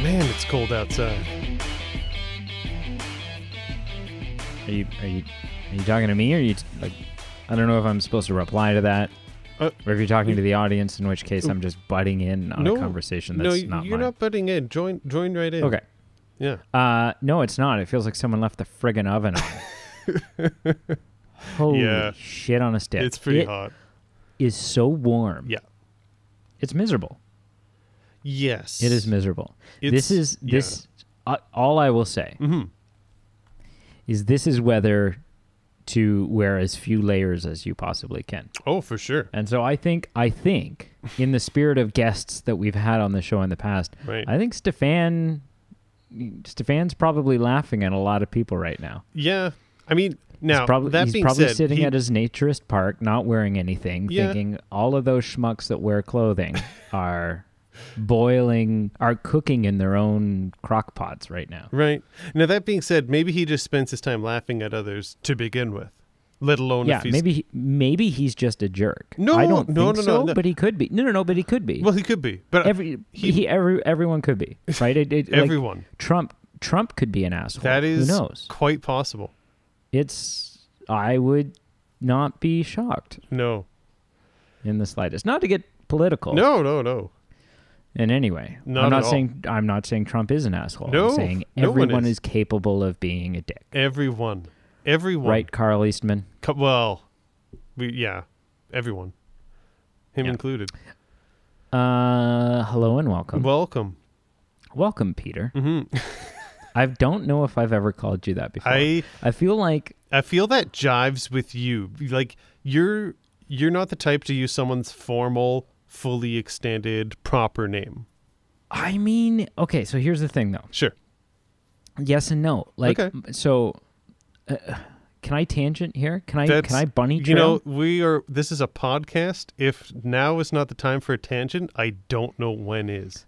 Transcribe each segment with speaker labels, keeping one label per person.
Speaker 1: Man, it's cold outside.
Speaker 2: Are you are you are you talking to me or are you t- like I don't know if I'm supposed to reply to that.
Speaker 1: Uh,
Speaker 2: or if you're talking to the audience, in which case I'm just butting in on
Speaker 1: no,
Speaker 2: a conversation
Speaker 1: no,
Speaker 2: that's
Speaker 1: y-
Speaker 2: not
Speaker 1: you're
Speaker 2: mine.
Speaker 1: not butting in. Join, join right in.
Speaker 2: Okay.
Speaker 1: Yeah.
Speaker 2: Uh no, it's not. It feels like someone left the friggin' oven on. Holy
Speaker 1: Yeah.
Speaker 2: shit on a stick.
Speaker 1: It's pretty
Speaker 2: It
Speaker 1: hot.
Speaker 2: is so warm.
Speaker 1: Yeah.
Speaker 2: It's miserable.
Speaker 1: Yes.
Speaker 2: It is miserable.
Speaker 1: It's-
Speaker 2: this is
Speaker 1: yeah.
Speaker 2: this uh, all I will say
Speaker 1: Mhm.
Speaker 2: is this is whether to wear as few layers as you possibly can.
Speaker 1: Oh, for sure.
Speaker 2: And so I think I think in the spirit of guests that we've had on the show in the past,
Speaker 1: Right.
Speaker 2: I think Stefan Stefan's probably laughing at a lot of people right now.
Speaker 1: yeah. I mean,
Speaker 2: He's
Speaker 1: now
Speaker 2: probably,
Speaker 1: that
Speaker 2: he's
Speaker 1: being
Speaker 2: probably
Speaker 1: said,
Speaker 2: sitting
Speaker 1: he-
Speaker 2: at his naturist park, not wearing anything,
Speaker 1: Yeah.
Speaker 2: thinking all of those schmucks that wear clothing are boiling, are cooking in their own crock pots right now.
Speaker 1: right now. That being said, maybe he just spends his time laughing at others to begin with, let alone
Speaker 2: yeah,
Speaker 1: if he's
Speaker 2: maybe he, maybe he's just a jerk.
Speaker 1: No,
Speaker 2: I don't
Speaker 1: no,
Speaker 2: think
Speaker 1: no, no,
Speaker 2: so,
Speaker 1: no.
Speaker 2: but he could be. No, no, no, but he could be.
Speaker 1: well, he could be, but
Speaker 2: every he, every everyone could be right. It, it, like,
Speaker 1: everyone
Speaker 2: Trump Trump could be an asshole.
Speaker 1: that is
Speaker 2: who knows.
Speaker 1: quite possible.
Speaker 2: It's I would not be shocked
Speaker 1: No,
Speaker 2: in the slightest. Not to get political.
Speaker 1: no, no, no.
Speaker 2: In any way,
Speaker 1: Not
Speaker 2: I'm
Speaker 1: at
Speaker 2: not
Speaker 1: all.
Speaker 2: saying I'm not saying Trump is an asshole.
Speaker 1: No,
Speaker 2: I'm saying
Speaker 1: no one
Speaker 2: everyone
Speaker 1: is.
Speaker 2: is. capable of being a dick.
Speaker 1: Everyone, everyone.
Speaker 2: Right, Carl Eastman.
Speaker 1: Co- well, we yeah, everyone, him
Speaker 2: Yeah.
Speaker 1: included.
Speaker 2: Uh, hello and welcome.
Speaker 1: Welcome.
Speaker 2: welcome, Peter.
Speaker 1: hmm
Speaker 2: I don't know if I've ever called you that before.
Speaker 1: I
Speaker 2: I feel like
Speaker 1: I feel that jives with you. Like you're you're not the type to use someone's formal, fully extended proper name.
Speaker 2: I mean, okay. So here's the thing, though.
Speaker 1: Sure.
Speaker 2: Yes and no. Like
Speaker 1: Okay.
Speaker 2: m- so, uh, can I tangent here? Can I
Speaker 1: That's-
Speaker 2: can I bunny trail?
Speaker 1: You know, we are this is a podcast. If now is not the time for a tangent, I don't know when is.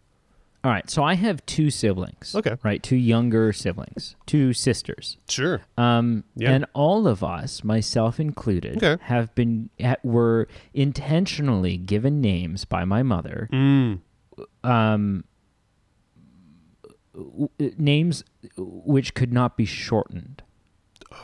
Speaker 2: All right. So I have two siblings.
Speaker 1: Okay.
Speaker 2: Right, two younger siblings, two sisters.
Speaker 1: Sure.
Speaker 2: Um,
Speaker 1: Yeah.
Speaker 2: and all of us, myself included,
Speaker 1: Okay.
Speaker 2: have been ha- were intentionally given names by my mother.
Speaker 1: Mm.
Speaker 2: Um. w- w- uh, Names which could not be shortened.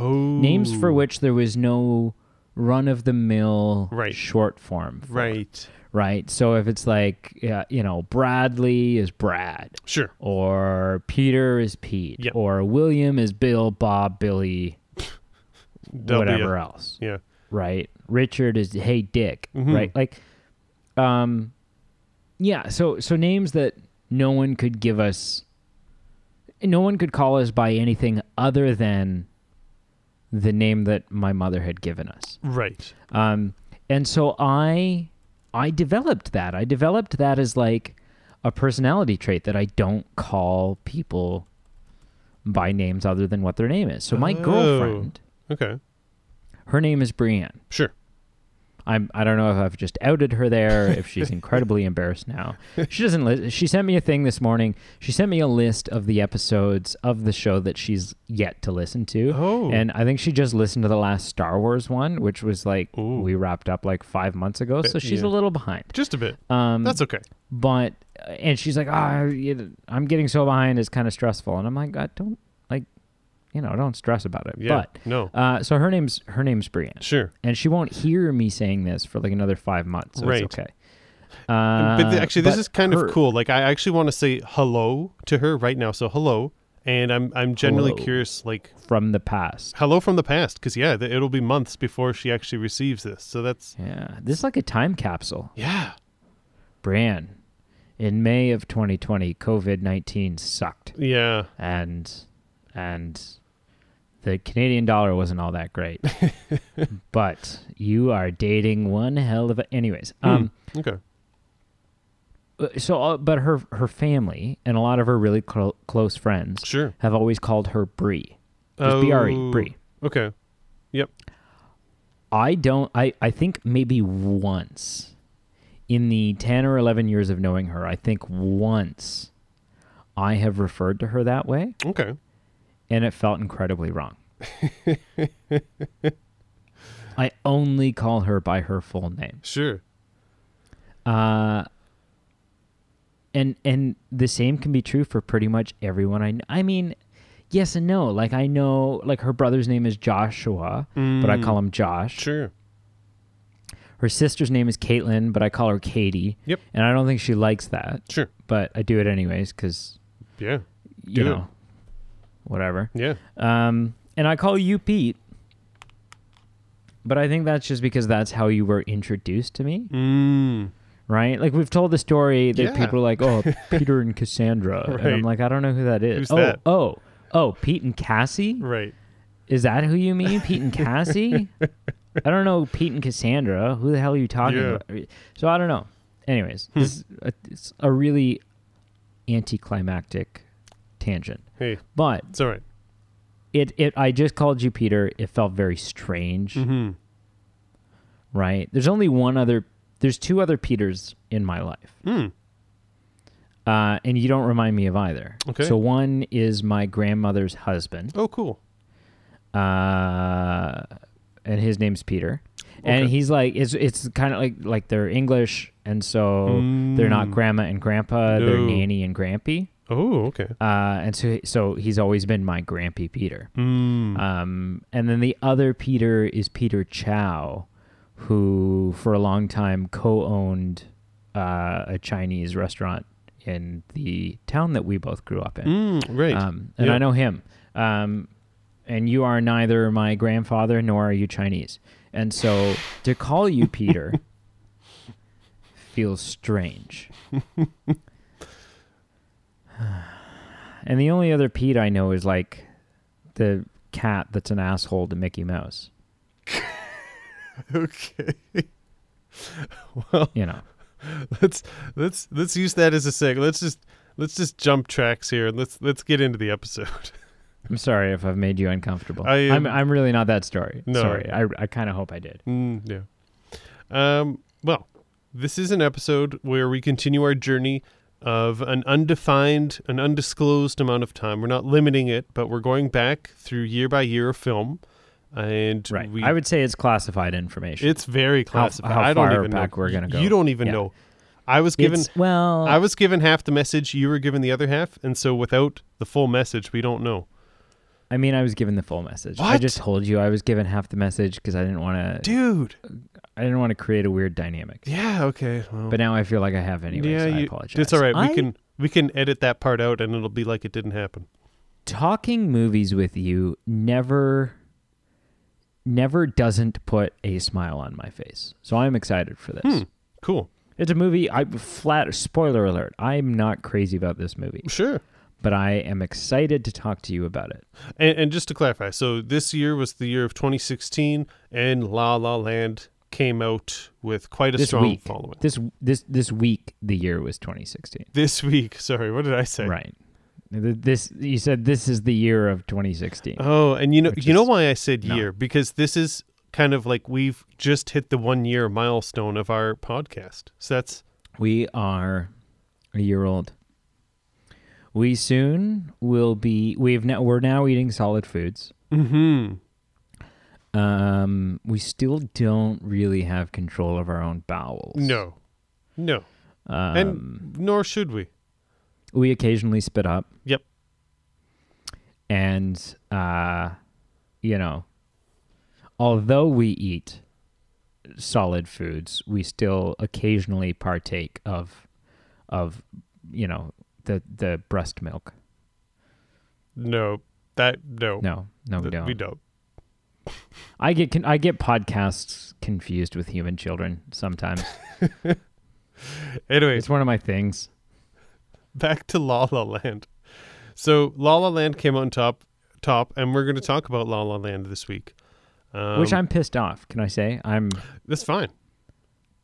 Speaker 1: Oh.
Speaker 2: names for which there was no run of the mill
Speaker 1: Right.
Speaker 2: short form, for,
Speaker 1: Right.
Speaker 2: Right. So if it's like, uh, you know, Bradley is Brad,
Speaker 1: Sure.
Speaker 2: or Peter is Pete,
Speaker 1: Yep.
Speaker 2: or William is Bill, Bob, Billy, whatever else,
Speaker 1: Yeah.
Speaker 2: right? Richard is Hey Dick,
Speaker 1: Mhm.
Speaker 2: right? Like, um, yeah. So so names that no one could give us, no one could call us by anything other than the name that my mother had given us.
Speaker 1: Right.
Speaker 2: Um, and so I I developed that. I developed that as like a personality trait that I don't call people by names other than what their name is. So my
Speaker 1: Oh.
Speaker 2: girlfriend,
Speaker 1: Okay.
Speaker 2: her name is Brienne.
Speaker 1: Sure.
Speaker 2: I'm I don't know if I've just outed her there, if she's incredibly embarrassed now. She doesn't li- she sent me a thing this morning. She sent me a list of the episodes of the show that she's yet to listen to.
Speaker 1: Oh.
Speaker 2: And I think she just listened to the last Star Wars one, which was like
Speaker 1: Ooh.
Speaker 2: we wrapped up like 5 months ago, so she's a
Speaker 1: yeah.
Speaker 2: little behind.
Speaker 1: Just a bit.
Speaker 2: Um
Speaker 1: That's okay.
Speaker 2: but and she's like, "Ah, you- I'm getting so behind, it's kind of stressful." And I'm like, "I don't like you know, don't stress about it."
Speaker 1: Yeah.
Speaker 2: But
Speaker 1: no.
Speaker 2: uh, so her name's her name's Brienne
Speaker 1: Sure.
Speaker 2: and she won't hear me saying this for like another five months. So
Speaker 1: Right.
Speaker 2: It's okay. Uh,
Speaker 1: but th- actually, this
Speaker 2: but
Speaker 1: is kind
Speaker 2: her-
Speaker 1: of cool. Like, I actually want to say hello to her right now. So hello, and I'm I'm genuinely
Speaker 2: Hello.
Speaker 1: curious. Like,
Speaker 2: from the past.
Speaker 1: hello from the past, because yeah, th- it'll be months before she actually receives this. So that's
Speaker 2: Yeah, this is like a time capsule.
Speaker 1: yeah,
Speaker 2: Bran, in May of 2020, COVID 19 sucked,
Speaker 1: yeah,
Speaker 2: and and the Canadian dollar wasn't all that great. but you are dating one hell of a. Anyways,
Speaker 1: Hmm.
Speaker 2: um,
Speaker 1: okay,
Speaker 2: so uh, but her her family and a lot of her really clo- close friends
Speaker 1: sure.
Speaker 2: have always called her Bree, just B R E
Speaker 1: Oh,
Speaker 2: Bree.
Speaker 1: Okay, yep.
Speaker 2: I don't. I I think maybe once in the ten or eleven years of knowing her, I think once I have referred to her that way,
Speaker 1: Okay,
Speaker 2: and it felt incredibly wrong. I only call her by her full name,
Speaker 1: sure.
Speaker 2: uh, and and the same can be true for pretty much everyone I kn- I mean, yes and no. Like I know like her brother's name is Joshua, but I
Speaker 1: Mm.
Speaker 2: call him Josh.
Speaker 1: Sure.
Speaker 2: Her sister's name is Caitlin, but I call her Katie.
Speaker 1: Yep.
Speaker 2: And I don't think she likes that,
Speaker 1: Sure.
Speaker 2: but I do it anyways because
Speaker 1: Yeah.
Speaker 2: you
Speaker 1: Do it.
Speaker 2: know, whatever.
Speaker 1: Yeah.
Speaker 2: Um, and I call you Pete. But I think that's just because that's how you were introduced to me,
Speaker 1: Mm.
Speaker 2: right? Like we've told the story that
Speaker 1: Yeah.
Speaker 2: people are like, "Oh, Peter and Cassandra," and I'm
Speaker 1: Right.
Speaker 2: like, "I don't know who that is."
Speaker 1: Who's
Speaker 2: oh,
Speaker 1: that?
Speaker 2: oh, oh, Pete and Cassie.
Speaker 1: Right.
Speaker 2: Is that who you mean, Pete and Cassie? I don't know Pete and Cassandra. Who the hell are you talking
Speaker 1: Yeah. Hmm.
Speaker 2: about? So I don't know. Anyways, this is a, it's a really anticlimactic tangent,
Speaker 1: Hey,
Speaker 2: but
Speaker 1: it's all right.
Speaker 2: it it I just called you Peter. It felt very strange,
Speaker 1: Mhm.
Speaker 2: right? There's only one other. There's two other Peters in my life,
Speaker 1: Hmm.
Speaker 2: uh, and you don't remind me of either.
Speaker 1: Okay.
Speaker 2: So one is my grandmother's husband,
Speaker 1: Oh, cool.
Speaker 2: uh, and his name's Peter, and
Speaker 1: Okay.
Speaker 2: he's like it's it's kind of like like they're English, and so they're not
Speaker 1: Mm.
Speaker 2: grandma and grandpa. They're
Speaker 1: No.
Speaker 2: nanny and grampy,
Speaker 1: Oh, okay.
Speaker 2: uh, and so so he's always been my grampy Peter.
Speaker 1: Mm.
Speaker 2: Um, and then the other Peter is Peter Chow, who for a long time co-owned uh, a Chinese restaurant in the town that we both grew up in.
Speaker 1: mm. Right.
Speaker 2: Um, and
Speaker 1: Yeah.
Speaker 2: I know him. Um, and you are neither my grandfather nor are you Chinese. And so to call you Peter feels strange. and the only other Pete I know is like the cat that's an asshole to Mickey Mouse.
Speaker 1: okay.
Speaker 2: You know,
Speaker 1: let's let's let's use that as a seg. Let's just let's just jump tracks here and let's let's get into the episode.
Speaker 2: I'm sorry if I've made you uncomfortable.
Speaker 1: I am-
Speaker 2: I'm, I'm really not that story.
Speaker 1: No.
Speaker 2: Sorry. I, I kind of hope I did.
Speaker 1: Mm, yeah. Um, well, this is an episode where we continue our journey of an undefined, an undisclosed amount of time. We're not limiting it, but we're going back through year by year of film, and
Speaker 2: Right.
Speaker 1: we,
Speaker 2: I would say it's classified information.
Speaker 1: it's very
Speaker 2: How-
Speaker 1: classified.
Speaker 2: how
Speaker 1: I don't
Speaker 2: far
Speaker 1: even
Speaker 2: back
Speaker 1: know.
Speaker 2: we're gonna go.
Speaker 1: You don't even
Speaker 2: Yeah.
Speaker 1: know. I was given.
Speaker 2: It's- uh, well,
Speaker 1: I was given half the message. You were given the other half, and so without the full message, we don't know.
Speaker 2: I mean, I was given the full message. I
Speaker 1: What?
Speaker 2: just told you I was given half the message because I didn't want to.
Speaker 1: Dude.
Speaker 2: I didn't want to create a weird dynamic.
Speaker 1: Yeah. Okay. well,
Speaker 2: But now I feel like I have anyways.
Speaker 1: yeah.
Speaker 2: I
Speaker 1: you-
Speaker 2: apologize.
Speaker 1: It's all right.
Speaker 2: I-
Speaker 1: We can we can edit that part out, and it'll be like it didn't happen.
Speaker 2: talking movies with you never, never doesn't put a smile on my face. So I'm excited for this.
Speaker 1: Hmm. Cool.
Speaker 2: It's a movie. I flat spoiler alert. I'm not crazy about this movie,
Speaker 1: Sure.
Speaker 2: but I am excited to talk to you about it.
Speaker 1: And, and just to clarify, so this year was the year of 2016, and La La Land came out with quite a
Speaker 2: this
Speaker 1: strong
Speaker 2: week,
Speaker 1: following.
Speaker 2: this this this week, the year was 2016.
Speaker 1: This week, sorry, what did I say?
Speaker 2: Right. Th- This you said this is the year of 2016.
Speaker 1: Oh, and you know,
Speaker 2: Which
Speaker 1: you know
Speaker 2: is-
Speaker 1: why I said
Speaker 2: no.
Speaker 1: year because this is kind of like we've just hit the one year milestone of our podcast. So that's
Speaker 2: We are a year old. We soon will be. We've now we're now eating solid foods.
Speaker 1: mm-hmm.
Speaker 2: Um, we still don't really have control of our own bowels.
Speaker 1: no, no,
Speaker 2: Um,
Speaker 1: and nor should we.
Speaker 2: we occasionally spit up.
Speaker 1: Yep.
Speaker 2: And uh, you know, although we eat solid foods, we still occasionally partake of of you know the the breast milk.
Speaker 1: No, that no,
Speaker 2: No, no, we
Speaker 1: Th-
Speaker 2: don't.
Speaker 1: we don't.
Speaker 2: I get con- I get podcasts confused with human children sometimes.
Speaker 1: Anyways,
Speaker 2: it's one of my things.
Speaker 1: back to La La Land. So La La Land came on top, top, and we're going to talk about La La Land this week. Um,
Speaker 2: which I'm pissed off. Can I say I'm?
Speaker 1: that's fine.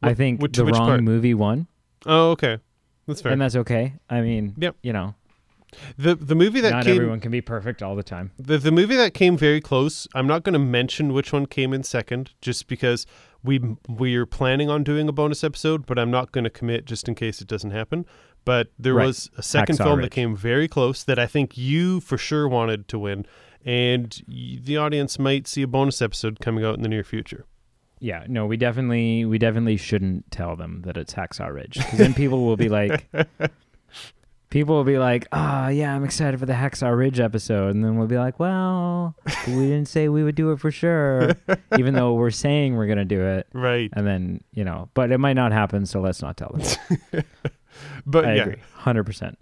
Speaker 2: I think
Speaker 1: which-
Speaker 2: the
Speaker 1: which
Speaker 2: wrong
Speaker 1: part?
Speaker 2: movie won,
Speaker 1: Oh, okay, that's fair.
Speaker 2: and that's okay. I mean,
Speaker 1: Yep.
Speaker 2: you know,
Speaker 1: the the movie that
Speaker 2: not
Speaker 1: came
Speaker 2: everyone can be perfect all the time.
Speaker 1: the, the movie that came very close. I'm not going to mention which one came in second, just because we we are planning on doing a bonus episode, but I'm not going to commit just in case it doesn't happen. But there
Speaker 2: Right.
Speaker 1: was a second
Speaker 2: Hacksaw
Speaker 1: film
Speaker 2: Ridge.
Speaker 1: that came very close that I think you for sure wanted to win, and y- the audience might see a bonus episode coming out in the near future.
Speaker 2: Yeah, no, we definitely we definitely shouldn't tell them that it's Hacksaw Ridge because then people will be like, People will be like, "Oh yeah, I'm excited for the Hacksaw Ridge episode," and then we'll be like, "Well, we didn't say we would do it for sure, even though we're saying we're gonna do it."
Speaker 1: Right.
Speaker 2: And then you know, but it might not happen, so let's not tell them.
Speaker 1: But
Speaker 2: I
Speaker 1: yeah.
Speaker 2: agree, hundred percent.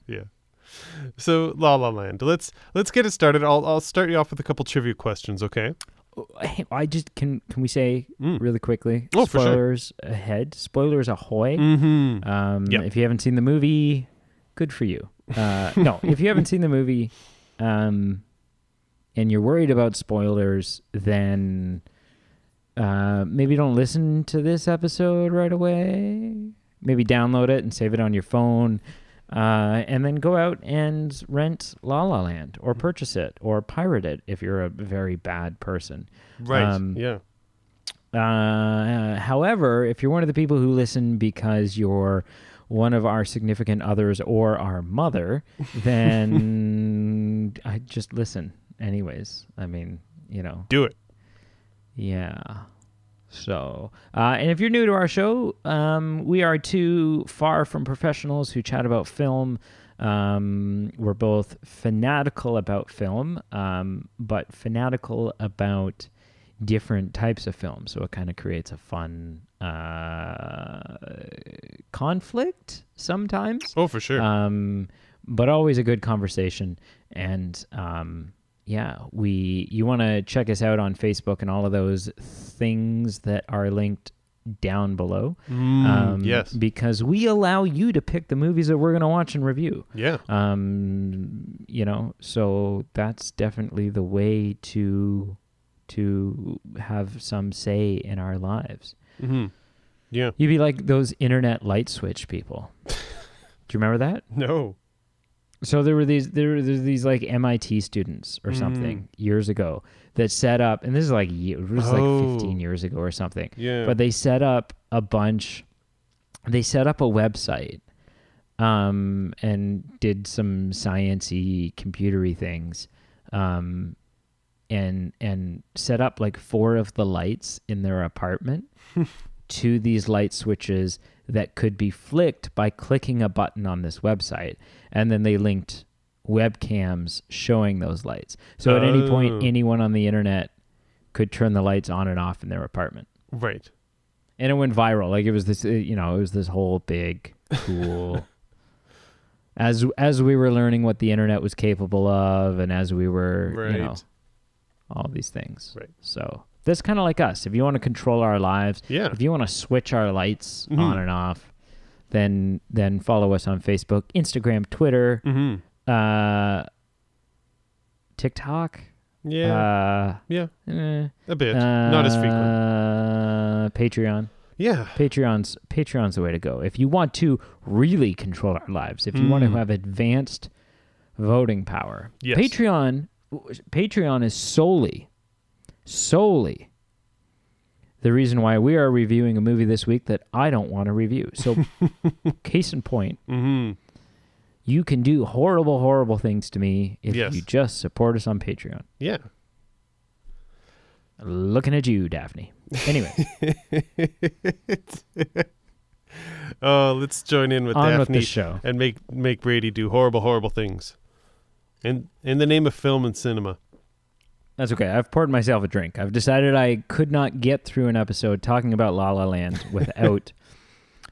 Speaker 1: So La La Land. Let's let's get it started. I'll I'll start you off with a couple trivia questions, okay?
Speaker 2: Oh, I just can can we say
Speaker 1: Mm.
Speaker 2: really quickly?
Speaker 1: Oh, for sure.
Speaker 2: spoilers ahead. Spoilers ahoy.
Speaker 1: Mm-hmm.
Speaker 2: Um,
Speaker 1: Yeah.
Speaker 2: If you haven't seen the movie, good for you. Uh, no, if you haven't seen the movie um, and you're worried about spoilers, then uh, maybe don't listen to this episode right away. Maybe download it and save it on your phone. Uh, and then go out and rent La La Land or purchase it or pirate it if you're a very bad person.
Speaker 1: Right.
Speaker 2: Um,
Speaker 1: yeah.
Speaker 2: Uh, however, if you're one of the people who listen because you're one of our significant others or our mother, then I just listen. Anyways, I mean, you know,
Speaker 1: Do it.
Speaker 2: yeah. So, uh, and if you're new to our show, um, we are two far from professionals who chat about film. Um, we're both fanatical about film, um, but fanatical about different types of film. So it kind of creates a fun uh, conflict sometimes
Speaker 1: Oh, for sure.
Speaker 2: um, but always a good conversation. And um, yeah, we you want to check us out on Facebook and all of those things that are linked down below.
Speaker 1: Mm,
Speaker 2: um,
Speaker 1: yes.
Speaker 2: because we allow you to pick the movies that we're going to watch and review.
Speaker 1: Yeah.
Speaker 2: Um, you know, so that's definitely the way to to have some say in our lives.
Speaker 1: Mm-hmm. Yeah.
Speaker 2: You'd be like those internet light switch people. Do you remember that?
Speaker 1: No.
Speaker 2: So there were these there were there's these like MIT students or something years ago that set up, and this is like ye- it was
Speaker 1: Oh.
Speaker 2: like 15 years ago or something.
Speaker 1: Yeah.
Speaker 2: But they set up a bunch. They set up a website, um, and did some sciency, computery things, um, and and set up like four of the lights in their apartment to these light switches that could be flicked by clicking a button on this website, and then they linked webcams showing those lights. So at any
Speaker 1: Oh.
Speaker 2: point, anyone on the internet could turn the lights on and off in their apartment
Speaker 1: right.
Speaker 2: and it went viral. Like it was this, uh, you know, it was this whole big cool. as as we were learning what the internet was capable of, and as we were, you know,
Speaker 1: Right.
Speaker 2: all these things.
Speaker 1: Right.
Speaker 2: So that's kind of like us. If you want to control our lives,
Speaker 1: Yeah.
Speaker 2: if you want to switch our lights
Speaker 1: Mhm.
Speaker 2: on and off, then then follow us on Facebook, Instagram, Twitter,
Speaker 1: Mm-hmm.
Speaker 2: uh, TikTok.
Speaker 1: Yeah. yeah.
Speaker 2: Uh, eh,
Speaker 1: A bit. Not as frequent.
Speaker 2: uh, Patreon.
Speaker 1: Yeah.
Speaker 2: Patreon's Patreon's the way to go. If you want to really control our lives, if you want to
Speaker 1: Mm.
Speaker 2: have advanced voting power,
Speaker 1: Yes.
Speaker 2: Patreon Patreon is solely solely the reason why we are reviewing a movie this week that I don't want to review. So case in point,
Speaker 1: Mm-hmm.
Speaker 2: you can do horrible horrible things to me if
Speaker 1: Yes.
Speaker 2: you just support us on Patreon.
Speaker 1: Yeah.
Speaker 2: Looking at you, Daphne. Anyway,
Speaker 1: Oh, let's join in with
Speaker 2: on with
Speaker 1: Daphne
Speaker 2: the show.
Speaker 1: and make make Brady do horrible, horrible things. In in the name of film and cinema.
Speaker 2: That's okay. I've poured myself a drink. I've decided I could not get through an episode talking about La La Land without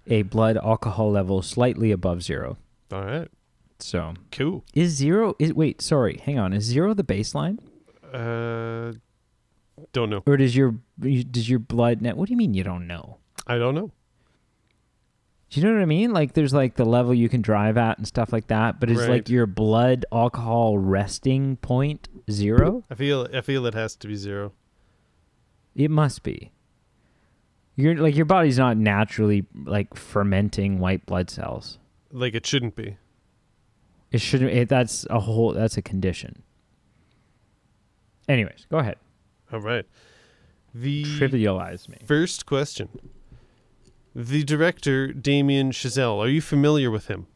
Speaker 2: a blood alcohol level slightly above zero.
Speaker 1: All right.
Speaker 2: So
Speaker 1: Cool.
Speaker 2: is zero is wait, sorry, hang on. Is zero the baseline?
Speaker 1: Uh, don't know.
Speaker 2: Or does your does your blood net what do you mean you don't know?
Speaker 1: I don't know.
Speaker 2: Do you know what I mean? Like there's like the level you can drive at and stuff like that, but is
Speaker 1: Right.
Speaker 2: like your blood alcohol resting point zero?
Speaker 1: I feel I feel it has to be zero.
Speaker 2: It must be. You're like your body's not naturally like fermenting white blood cells.
Speaker 1: Like it shouldn't be.
Speaker 2: It shouldn't. It, that's a whole. That's a condition. Anyways, go ahead.
Speaker 1: All right. The
Speaker 2: Trivialize me.
Speaker 1: first question. The director Damien Chazelle. Are you familiar with him?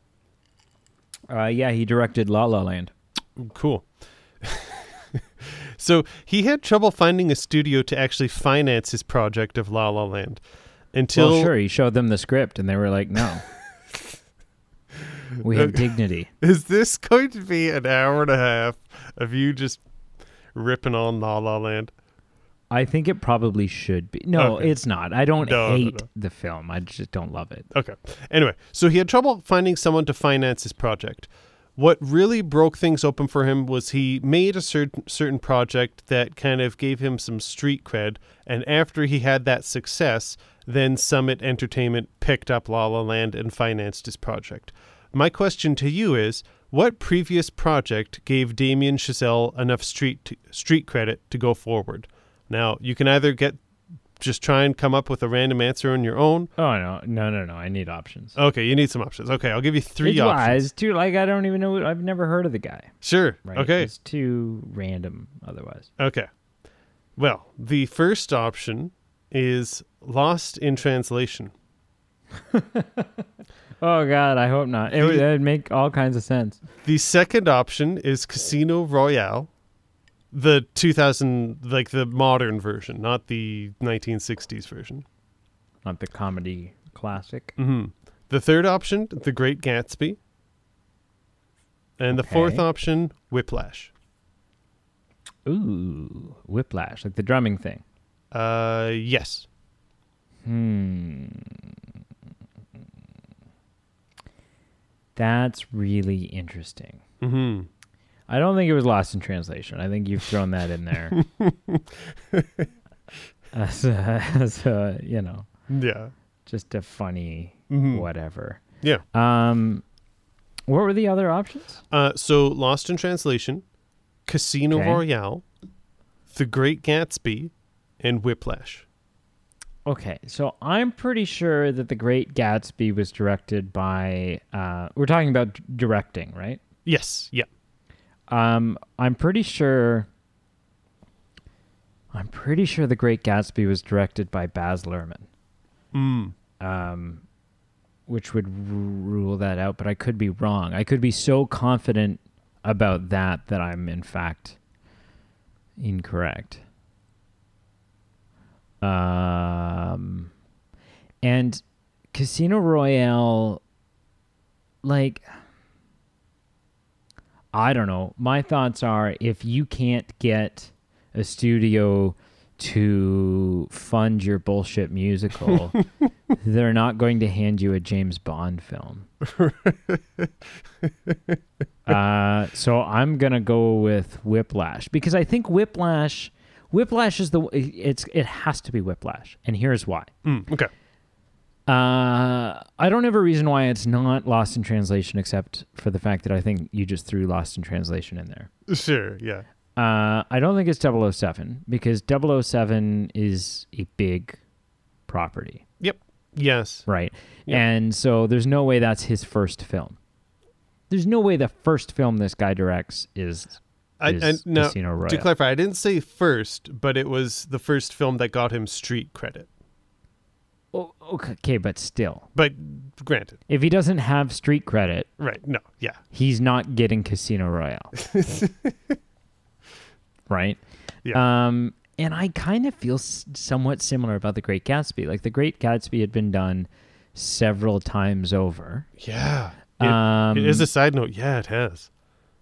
Speaker 2: Uh, yeah, he directed La La Land.
Speaker 1: Cool. so he had trouble finding a studio to actually finance his project of La La Land until
Speaker 2: well, sure. He showed them the script, and they were like, "No." We have dignity.
Speaker 1: Is this going to be an hour and a half of you just ripping on La La Land?
Speaker 2: I think it probably should be. No,
Speaker 1: Okay.
Speaker 2: it's not. I don't
Speaker 1: No, no,
Speaker 2: hate
Speaker 1: no.
Speaker 2: the film. I just don't love it.
Speaker 1: Okay. Anyway, so he had trouble finding someone to finance his project. What really broke things open for him was he made a certain certain project that kind of gave him some street cred, and after he had that success, then Summit Entertainment picked up La La Land and financed his project. My question to you is, what previous project gave Damien Chazelle enough street street credit to go forward? Now, you can either get just try and come up with a random answer on your own,
Speaker 2: Oh no, no, no, no! I need options.
Speaker 1: Okay, you need some options. Okay, I'll give you three
Speaker 2: Uh, it's
Speaker 1: options.
Speaker 2: wise too. Like I don't even know. I've never heard of the guy.
Speaker 1: Sure.
Speaker 2: Right?
Speaker 1: Okay.
Speaker 2: it's too random. Otherwise,
Speaker 1: Okay. Well, the first option is lost in translation.
Speaker 2: oh god, I hope not. It would that'd make all kinds of sense.
Speaker 1: The second option is Casino Royale, the 2000 like the modern version, not the 1960s version.
Speaker 2: Not the comedy classic.
Speaker 1: Mhm. The third option, The Great Gatsby. And the fourth
Speaker 2: Okay.
Speaker 1: option, Whiplash.
Speaker 2: Ooh, Whiplash, like the drumming thing.
Speaker 1: Uh yes.
Speaker 2: Hmm. That's really interesting.
Speaker 1: Mhm.
Speaker 2: I don't think it was lost in translation. I think you've thrown that in there. as, a, as a, you know,
Speaker 1: Yeah.
Speaker 2: just a funny
Speaker 1: Mhm.
Speaker 2: whatever.
Speaker 1: Yeah.
Speaker 2: Um, what were the other options?
Speaker 1: Uh, so Lost in Translation, Casino
Speaker 2: Okay.
Speaker 1: Royale, The Great Gatsby, and Whiplash.
Speaker 2: Okay, so I'm pretty sure that The Great Gatsby was directed by. Uh, we're talking about d- directing, right?
Speaker 1: Yes, yeah.
Speaker 2: Um, I'm pretty sure. I'm pretty sure The Great Gatsby was directed by Baz Luhrmann,
Speaker 1: Mm.
Speaker 2: um, which would r- rule that out. But I could be wrong. I could be so confident about that that I'm in fact incorrect. Um, and Casino Royale, like, I don't know. My thoughts are if you can't get a studio to fund your bullshit musical, they're not going to hand you a James Bond film. uh, so I'm gonna go with Whiplash because I think Whiplash, Whiplash is the it's it has to be Whiplash, and here's why.
Speaker 1: Mm. Okay.
Speaker 2: Uh, I don't have a reason why it's not Lost in Translation, except for the fact that I think you just threw Lost in Translation in there.
Speaker 1: Sure, yeah.
Speaker 2: Uh, I don't think it's 007 because 007 is a big property,
Speaker 1: Yes.
Speaker 2: right?
Speaker 1: Yeah.
Speaker 2: And so there's no way that's his first film. There's no way the first film this guy directs is,
Speaker 1: I,
Speaker 2: is
Speaker 1: and now,
Speaker 2: Casino Royale.
Speaker 1: to clarify, I didn't say first, but it was the first film that got him street credit.
Speaker 2: Oh, okay, but still,
Speaker 1: But granted,
Speaker 2: if he doesn't have street credit,
Speaker 1: right? No, yeah.
Speaker 2: he's not getting Casino Royale. right?
Speaker 1: Yeah.
Speaker 2: Um, and I kind of feel s- somewhat similar about The Great Gatsby. Like, The Great Gatsby had been done several times over.
Speaker 1: Yeah. It,
Speaker 2: um,
Speaker 1: it is a side note. Yeah, it has.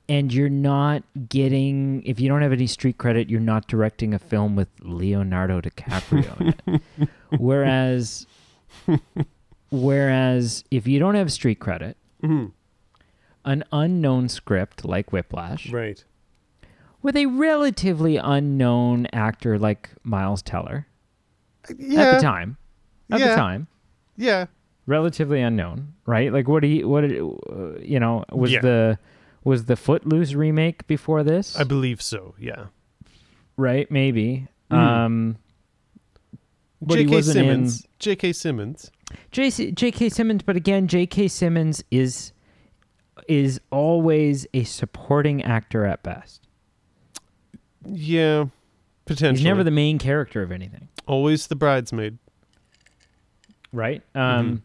Speaker 2: and you're not getting, if you don't have any street credit, you're not directing a film with Leonardo DiCaprio in it. Whereas, whereas if you don't have street credit,
Speaker 1: Mhm.
Speaker 2: an unknown script like Whiplash,
Speaker 1: Right.
Speaker 2: with a relatively unknown actor like Miles Teller
Speaker 1: Uh, Yeah.
Speaker 2: at the time. At
Speaker 1: Yeah.
Speaker 2: the time,
Speaker 1: Yeah.
Speaker 2: relatively unknown, right? Like what do you what did, uh, you know, was
Speaker 1: Yeah.
Speaker 2: the was the Footloose remake before this?
Speaker 1: I believe so. Yeah.
Speaker 2: right, maybe.
Speaker 1: Mm.
Speaker 2: Um but he
Speaker 1: J.K.
Speaker 2: wasn't
Speaker 1: Simmons.
Speaker 2: in
Speaker 1: J.K. Simmons.
Speaker 2: JC, J.K. Simmons, but again, J.K. Simmons is is always a supporting actor at best.
Speaker 1: Yeah. Potentially.
Speaker 2: He's never the main character of anything.
Speaker 1: Always the bridesmaid.
Speaker 2: right?
Speaker 1: Mm-hmm.
Speaker 2: Um,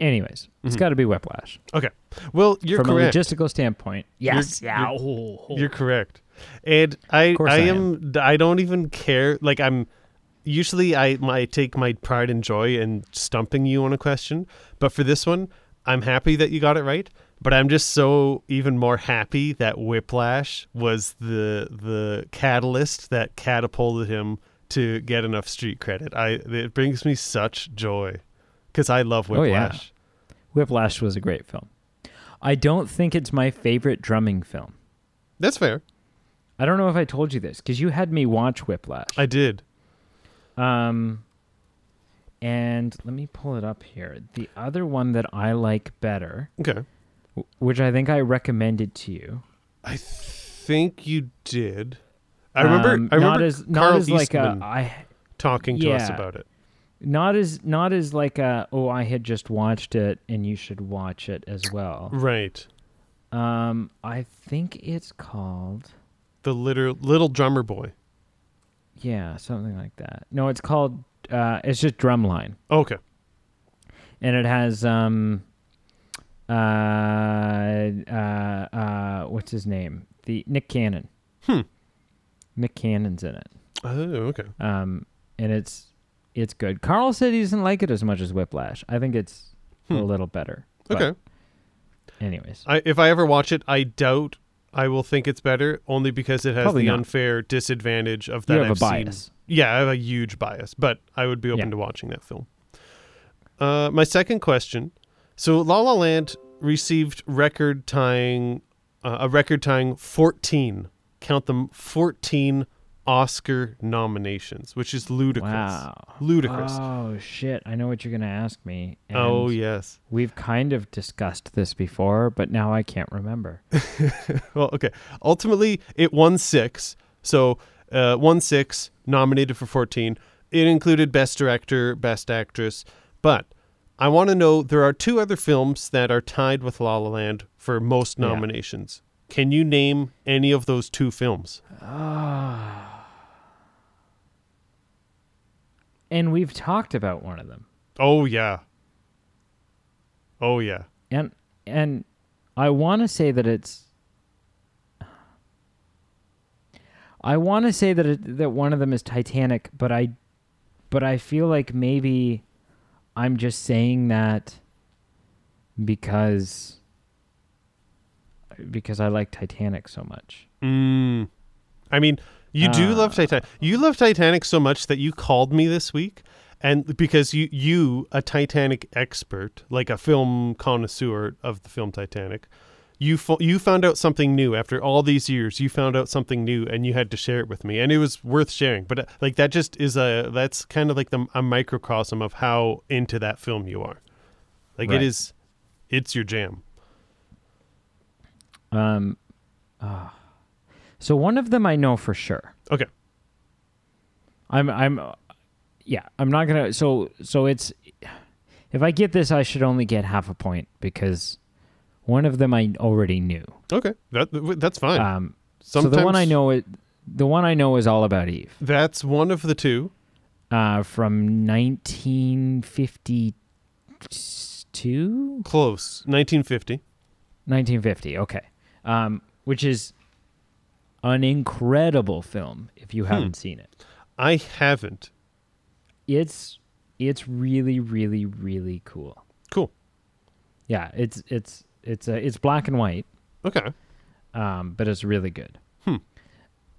Speaker 2: Anyways, it's got to be Whiplash
Speaker 1: Okay. Well, Mm-hmm. you're
Speaker 2: from
Speaker 1: correct.
Speaker 2: a logistical standpoint. Yes,
Speaker 1: You're-
Speaker 2: yeah.
Speaker 1: you're-
Speaker 2: oh, oh.
Speaker 1: you're correct. And I, I,
Speaker 2: course I
Speaker 1: am. I don't even care. Like I'm. Usually, I I take my pride and joy in stumping you on a question, but for this one, I'm happy that you got it right But I'm just so even more happy that Whiplash was the the catalyst that catapulted him to get enough street credit. I it brings me such joy because I love
Speaker 2: Oh, yeah.
Speaker 1: Whiplash.
Speaker 2: Whiplash was a great film. I don't think it's my favorite drumming film.
Speaker 1: That's fair.
Speaker 2: I don't know if I told you this because you had me watch Whiplash.
Speaker 1: I did.
Speaker 2: Um, and let me pull it up here. The other one that I like better,
Speaker 1: Okay.
Speaker 2: w- which I think I recommended to you.
Speaker 1: I think you did. I remember.
Speaker 2: um,
Speaker 1: I remember
Speaker 2: not as not
Speaker 1: Carl
Speaker 2: as like a
Speaker 1: Eastman
Speaker 2: I
Speaker 1: talking to us
Speaker 2: yeah.
Speaker 1: about it.
Speaker 2: not as not as like a oh I had just watched it and you should watch it as well.
Speaker 1: Right.
Speaker 2: Um, I think it's called
Speaker 1: The little little drummer boy.
Speaker 2: yeah something like that. No, it's called uh, it's just Drumline.
Speaker 1: Okay.
Speaker 2: and it has um uh uh uh what's his name the nick cannon
Speaker 1: Hmm.
Speaker 2: nick cannon's in it
Speaker 1: Oh, okay.
Speaker 2: um and it's it's good carl said he doesn't like it as much as whiplash i think it's a
Speaker 1: Hmm.
Speaker 2: little better But
Speaker 1: Okay.
Speaker 2: anyways
Speaker 1: I, if I ever watch it, I doubt I will think it's better, only because it has
Speaker 2: Probably
Speaker 1: the
Speaker 2: not.
Speaker 1: unfair disadvantage of that
Speaker 2: you have
Speaker 1: I've
Speaker 2: a bias
Speaker 1: Seen. Yeah, I have a huge bias, but I would be open
Speaker 2: Yeah.
Speaker 1: to watching that film. Uh, my second question: So, La La Land received record tying uh, a record tying fourteen. Count them fourteen Oscar nominations, which is ludicrous.
Speaker 2: wow
Speaker 1: Ludicrous.
Speaker 2: oh shit i know what you're gonna ask me and
Speaker 1: oh yes.
Speaker 2: we've kind of discussed this before but now i can't remember
Speaker 1: Well, okay. Ultimately, it won six. So, uh, won six, nominated for 14. It included Best Director, Best Actress. But I want to know there are two other films that are tied with La La Land for most
Speaker 2: Yeah.
Speaker 1: nominations. Can you name any of those two films?
Speaker 2: Ah. and we've talked about one of them
Speaker 1: Oh, yeah. Oh, yeah.
Speaker 2: and and I want to say that it's I want to say that it, that one of them is Titanic, but I but I feel like maybe I'm just saying that because because I like Titanic so much.
Speaker 1: Mm. I mean, you do
Speaker 2: Ah.
Speaker 1: love Titanic. You love Titanic so much that you called me this week, and because you you a Titanic expert, like a film connoisseur of the film Titanic, you fo- you found out something new after all these years. You found out something new, and you had to share it with me, and it was worth sharing. But uh, like that just is a that's kind of like the a microcosm of how into that film you are. Like it
Speaker 2: Right.
Speaker 1: is, it's your jam.
Speaker 2: Um ah. So one of them I know for sure.
Speaker 1: Okay,
Speaker 2: I'm I'm uh, yeah, I'm not going to so so it's if I get this I should only get half a point because one of them I already knew.
Speaker 1: okay, that that's fine.
Speaker 2: Um so the one I
Speaker 1: Sometimes-
Speaker 2: know it the one I know is all about Eve
Speaker 1: That's one of the two.
Speaker 2: uh from 1952
Speaker 1: Close. 1950.
Speaker 2: 1950. Okay. Um which is an incredible film if you haven't seen it.
Speaker 1: I haven't.
Speaker 2: It's it's really really really cool.
Speaker 1: Cool.
Speaker 2: Yeah, it's it's it's uh, it's black and white,
Speaker 1: Okay.
Speaker 2: um, but it's really good. Hmm.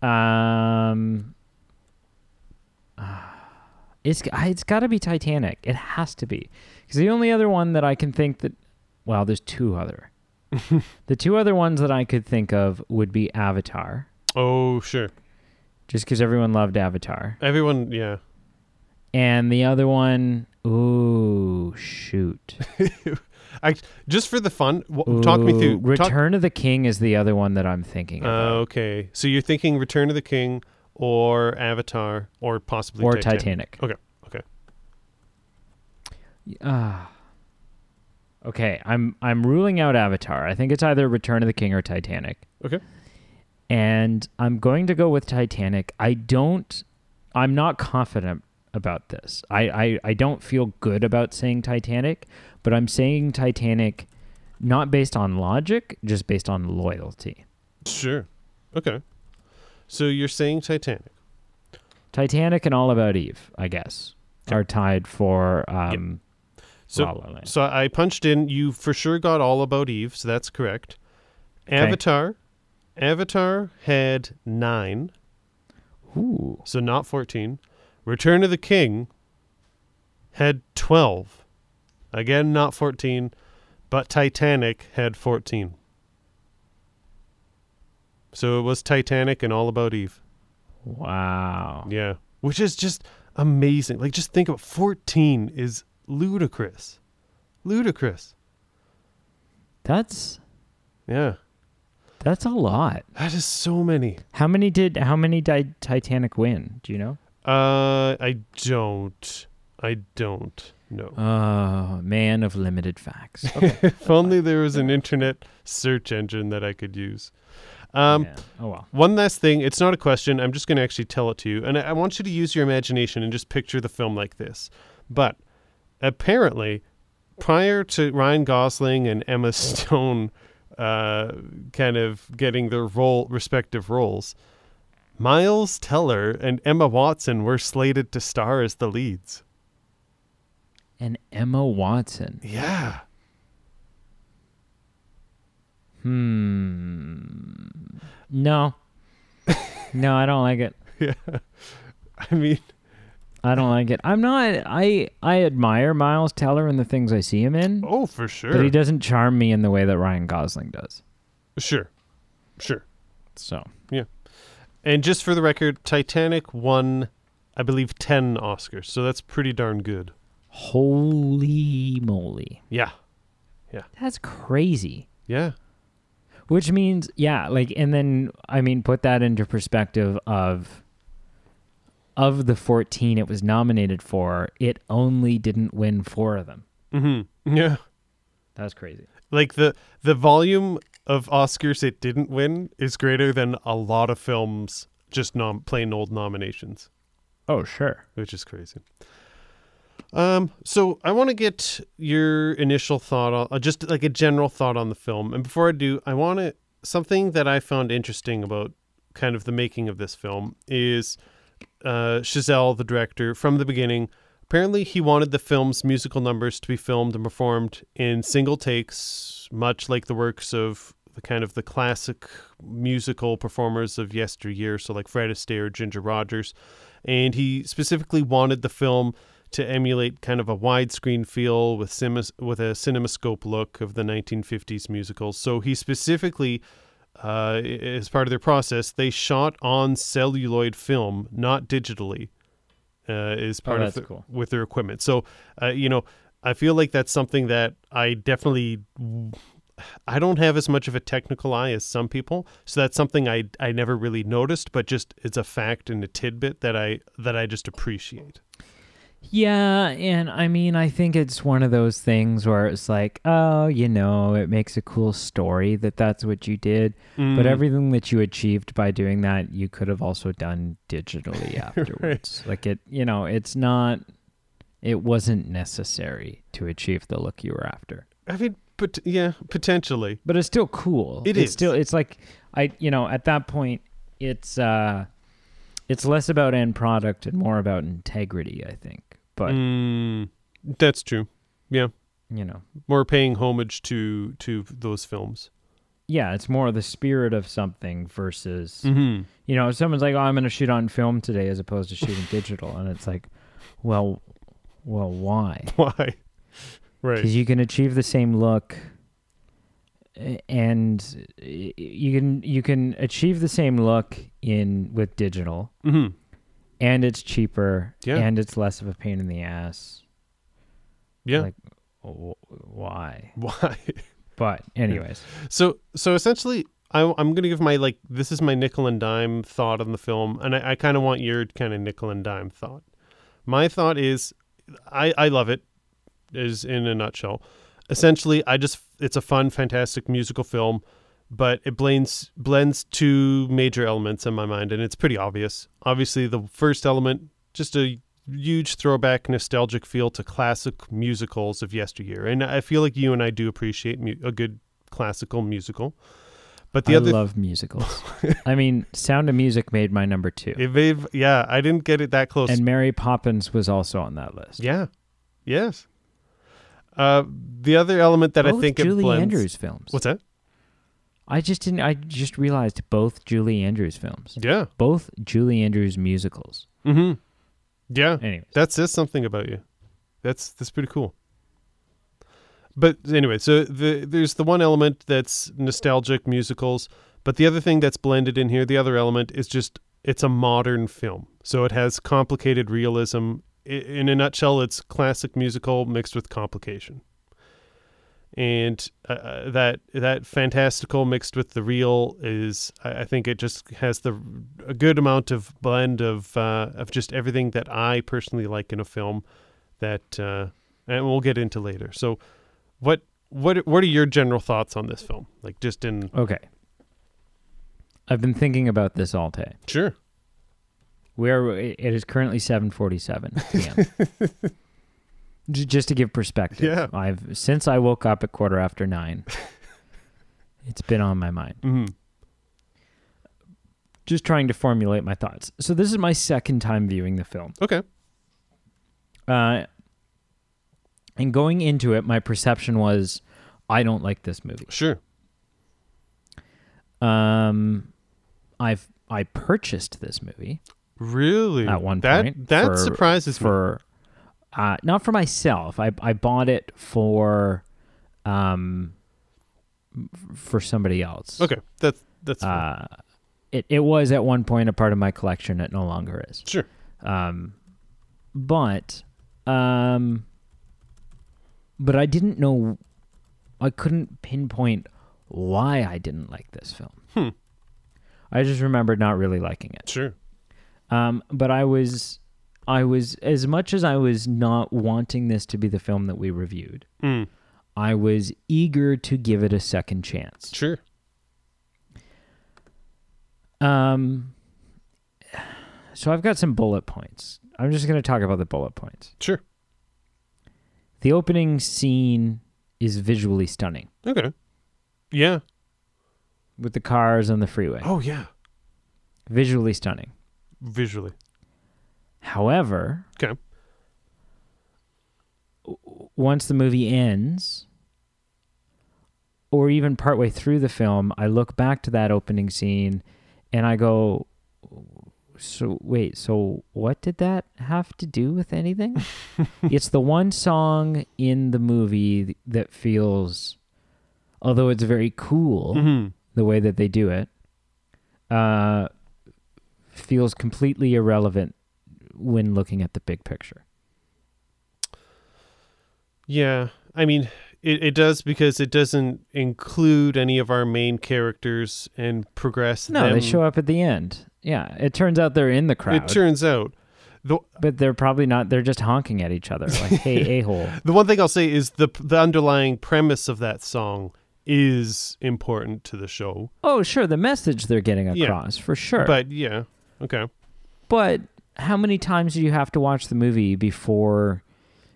Speaker 2: Um, ah, it's g- I- it's got to be Titanic. It has to be because the only other one that I can think that well, there's two other. the two other ones that I could think of would be Avatar,
Speaker 1: Oh, sure.
Speaker 2: just because everyone loved Avatar,
Speaker 1: Everyone, yeah.
Speaker 2: and the other one, ooh, shoot,
Speaker 1: I just for the fun, w- talk me
Speaker 2: Ooh,
Speaker 1: through. talk-
Speaker 2: Return of the King is the other one that I'm thinking
Speaker 1: Uh,
Speaker 2: of.
Speaker 1: okay. So you're thinking Return of the King or Avatar or possibly
Speaker 2: or
Speaker 1: Titanic.
Speaker 2: Titanic.
Speaker 1: Okay. Okay.
Speaker 2: Ah. uh, Okay, I'm I'm ruling out Avatar. I think it's either Return of the King or Titanic.
Speaker 1: Okay.
Speaker 2: And I'm going to go with Titanic. I don't I'm not confident about this. I, I, I don't feel good about saying Titanic, but I'm saying Titanic not based on logic, just based on loyalty.
Speaker 1: Sure. Okay. So you're saying Titanic.
Speaker 2: Titanic and All About Eve, I guess, are tied for um
Speaker 1: So,
Speaker 2: La La Land.
Speaker 1: so I punched in. You for sure got all about Eve, so that's correct. Avatar, Avatar had nine,
Speaker 2: Ooh.
Speaker 1: so not fourteen. Return of the King had twelve, again not fourteen, but Titanic had fourteen. So it was Titanic and All About Eve.
Speaker 2: Wow.
Speaker 1: Yeah. Which is just amazing. Like just think about 14 is ludicrous. Ludicrous.
Speaker 2: That's
Speaker 1: Yeah.
Speaker 2: that's a lot.
Speaker 1: That is so many.
Speaker 2: How many did how many did Titanic win? Do you know?
Speaker 1: Uh I don't I don't know.
Speaker 2: Oh, man of limited facts.
Speaker 1: if only there was an internet search engine that I could use. Um
Speaker 2: Yeah. Oh well.
Speaker 1: One last thing, it's not a question. I'm just going to actually tell it to you. And I, I want you to use your imagination and just picture the film like this. But apparently, prior to Ryan Gosling and Emma Stone uh, kind of getting their role, respective roles, Miles Teller and Emma Watson were slated to star as the leads.
Speaker 2: And Emma Watson.
Speaker 1: Yeah.
Speaker 2: Hmm. No. no, I don't like it.
Speaker 1: I mean,
Speaker 2: I don't like it. I'm not. I I admire Miles Teller and the things I see him in,
Speaker 1: oh, for sure.
Speaker 2: but he doesn't charm me in the way that Ryan Gosling does.
Speaker 1: Sure. Sure.
Speaker 2: So
Speaker 1: And just for the record, Titanic won, I believe, 10 Oscars. So that's pretty darn good.
Speaker 2: holy moly,
Speaker 1: Yeah.
Speaker 2: that's crazy.
Speaker 1: Yeah.
Speaker 2: Which means yeah, like and then I mean put that into perspective of of the 14 it was nominated for, it only didn't win 4 of them.
Speaker 1: Mm-hmm. Yeah.
Speaker 2: That's crazy.
Speaker 1: Like the the volume of Oscars it didn't win is greater than a lot of films just nom- plain old nominations,
Speaker 2: Oh, sure.
Speaker 1: which is crazy. Um, so I want to get your initial thought on uh, just like a general thought on the film. And before I do, I want to something that I found interesting about kind of the making of this film is uh, Chazelle, the director, from the beginning. Apparently, he wanted the film's musical numbers to be filmed and performed in single takes, much like the works of the kind of the classic musical performers of yesteryear, so like Fred Astaire, Ginger Rogers. And he specifically wanted the film to emulate kind of a widescreen feel with cinemas with a cinemascope look of the 1950s musicals. So he specifically uh, i- as part of their process, they shot on celluloid film, not digitally, uh, is part of
Speaker 2: Oh, that's
Speaker 1: the,
Speaker 2: cool.
Speaker 1: with their equipment. So, uh, you know, I feel like that's something that I definitely. I don't have as much of a technical eye as some people, so that's something I I never really noticed, but just it's a fact and a tidbit that I that I just appreciate.
Speaker 2: Yeah, and I mean, I think it's one of those things where it's like, oh, you know, it makes a cool story that that's what you did, but
Speaker 1: Mm.
Speaker 2: everything that you achieved by doing that, you could have also done digitally afterwards. Like it, you know, it's not it wasn't necessary to achieve the look you were after.
Speaker 1: I mean, but yeah, potentially.
Speaker 2: But it's still cool.
Speaker 1: It
Speaker 2: it's
Speaker 1: is.
Speaker 2: still it's like I, you know, at that point, it's uh it's less about end product and more about integrity, I think. But,
Speaker 1: Mm, that's true. Yeah,
Speaker 2: you know,
Speaker 1: more paying homage to to those films.
Speaker 2: yeah, it's more the spirit of something versus
Speaker 1: Mm-hmm.
Speaker 2: you know, if someone's like, "Oh, I'm going to shoot on film today," as opposed to shooting digital, and it's like, well, well, why?
Speaker 1: Why? Right.
Speaker 2: Because you can achieve the same look, a- and y- you can you can achieve the same look in with digital,
Speaker 1: hmm
Speaker 2: and it's cheaper,
Speaker 1: Yeah.
Speaker 2: and it's less of a pain in the ass.
Speaker 1: Yeah.
Speaker 2: Like, wh- why?
Speaker 1: Why?
Speaker 2: But anyways,
Speaker 1: So so essentially, I, I'm gonna give my like this is my nickel and dime thought on the film, and I, I kind of want your kind of nickel and dime thought. My thought is, I I love it. Is in a nutshell. Essentially, I just it's a fun, fantastic musical film, but it blends blends two major elements in my mind, and it's pretty obvious. Obviously, the first element just a huge throwback nostalgic feel to classic musicals of yesteryear and i feel like you and i do appreciate mu- a good classical musical but the
Speaker 2: I
Speaker 1: other
Speaker 2: love musicals. I mean, Sound of Music made my number two.
Speaker 1: if they've yeah i didn't get it that close
Speaker 2: and Mary Poppins was also on that list.
Speaker 1: yeah yes Uh, the other element that
Speaker 2: both
Speaker 1: I think it
Speaker 2: Julie
Speaker 1: blends.
Speaker 2: Andrews films.
Speaker 1: What's that?
Speaker 2: I just didn't. I just realized both Julie Andrews films,
Speaker 1: Yeah.
Speaker 2: both Julie Andrews musicals.
Speaker 1: Mm-hmm. Yeah.
Speaker 2: Anyways,
Speaker 1: That says something about you. That's that's pretty cool. But anyway, so the, there's the one element that's nostalgic musicals, but the other thing that's blended in here, the other element is just it's a modern film. So it has complicated realism. I- In a nutshell, it's classic musical mixed with complication. And uh, uh, that that fantastical mixed with the real is, I, I think, it just has the a good amount of blend of uh, of just everything that I personally like in a film that uh, and we'll get into later. So what what what are your general thoughts on this film? Like just in
Speaker 2: okay. I've been thinking about this all day.
Speaker 1: sure.
Speaker 2: We are. It is currently seven forty-seven p.m. J- Just to give perspective,
Speaker 1: Yeah.
Speaker 2: I've since I woke up at quarter after nine. it's been on my mind.
Speaker 1: hmm
Speaker 2: Just trying to formulate my thoughts. So this is my second time viewing the film.
Speaker 1: Okay.
Speaker 2: Uh, and going into it, my perception was, I don't like this movie.
Speaker 1: Sure.
Speaker 2: Um, I've I purchased this movie
Speaker 1: Really?
Speaker 2: At one
Speaker 1: that,
Speaker 2: point
Speaker 1: That
Speaker 2: for-
Speaker 1: surprises me.
Speaker 2: for, uh, not for myself. I I bought it for, um, f- for somebody else.
Speaker 1: Okay. That's that's fine.
Speaker 2: Uh, it it was at one point a part of my collection. It no longer is.
Speaker 1: sure.
Speaker 2: Um, but um, but I didn't know. I couldn't pinpoint why I didn't like this film.
Speaker 1: Hmm.
Speaker 2: I just remembered not really liking it.
Speaker 1: Sure.
Speaker 2: Um, but I was, I was as much as I was not wanting this to be the film that we reviewed.
Speaker 1: Mm.
Speaker 2: I was eager to give it a second chance.
Speaker 1: Sure.
Speaker 2: Um, so I've got some bullet points. I'm just going to talk about the bullet points.
Speaker 1: Sure.
Speaker 2: The opening scene is visually stunning
Speaker 1: Okay. Yeah.
Speaker 2: with the cars on the freeway.
Speaker 1: Oh yeah.
Speaker 2: Visually stunning.
Speaker 1: Visually.
Speaker 2: However,
Speaker 1: Okay.
Speaker 2: w- once the movie ends, or even partway through the film, I look back to that opening scene and I go, So, wait, so what did that have to do with anything? it's the one song in the movie th- that feels, although it's very cool
Speaker 1: hmm
Speaker 2: the way that they do it uh, feels completely irrelevant when looking at the big picture.
Speaker 1: Yeah, I mean, it, it does because it doesn't include any of our main characters and progress.
Speaker 2: No,
Speaker 1: them.
Speaker 2: they show up at the end. Yeah, it turns out they're in the crowd,
Speaker 1: It turns out the
Speaker 2: but they're probably not. They're just honking at each other, like "Hey, a hole."
Speaker 1: the one thing I'll say is the the underlying premise of that song is important to the show.
Speaker 2: Oh, sure, the message they're getting
Speaker 1: Yeah.
Speaker 2: across for sure.
Speaker 1: But yeah, okay,
Speaker 2: but how many times do you have to watch the movie before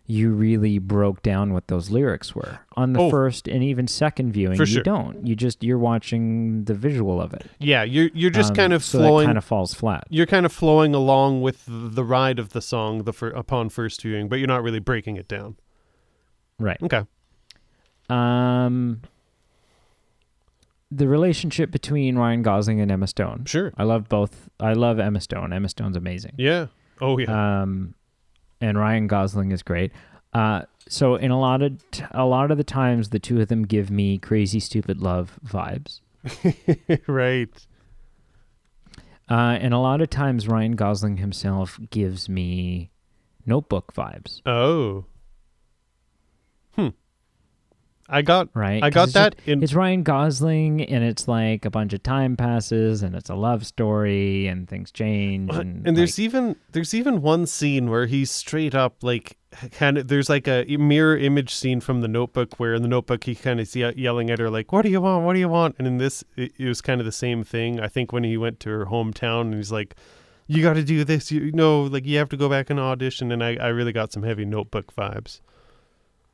Speaker 2: you really broke down what those lyrics were on the
Speaker 1: Oh.
Speaker 2: first and even second viewing?
Speaker 1: For
Speaker 2: you
Speaker 1: sure.
Speaker 2: don't. You just you're watching the visual of it.
Speaker 1: yeah, you're you're just
Speaker 2: Um,
Speaker 1: kind of
Speaker 2: so
Speaker 1: flowing.
Speaker 2: That kind of falls flat.
Speaker 1: you're kind of flowing along with the ride of the song the fir- upon first viewing, but you're not really breaking it down.
Speaker 2: Right.
Speaker 1: Okay,
Speaker 2: Um, the relationship between Ryan Gosling and Emma Stone.
Speaker 1: sure,
Speaker 2: I love both. I love Emma Stone. Emma Stone's amazing.
Speaker 1: yeah, oh yeah,
Speaker 2: Um, and Ryan Gosling is great. Uh, so in a lot of t- a lot of the times, the two of them give me crazy stupid love vibes.
Speaker 1: right,
Speaker 2: Uh, and a lot of times, Ryan Gosling himself gives me notebook vibes.
Speaker 1: oh, hmm, I got
Speaker 2: Right?
Speaker 1: I
Speaker 2: 'Cause
Speaker 1: got
Speaker 2: it's just-
Speaker 1: that in
Speaker 2: it's Ryan Gosling, and it's like a bunch of time passes, and it's a love story, and things change.
Speaker 1: Well,
Speaker 2: And,
Speaker 1: Uh, and there's
Speaker 2: like,
Speaker 1: even there's even one scene where he's straight up like kind of there's like a mirror image scene from the notebook where in the notebook he kind of yelling at her like what do you want what do you want and in this it, it was kind of the same thing i think when he went to her hometown and he's like you got to do this you, you know like you have to go back and audition and I, I really got some heavy notebook vibes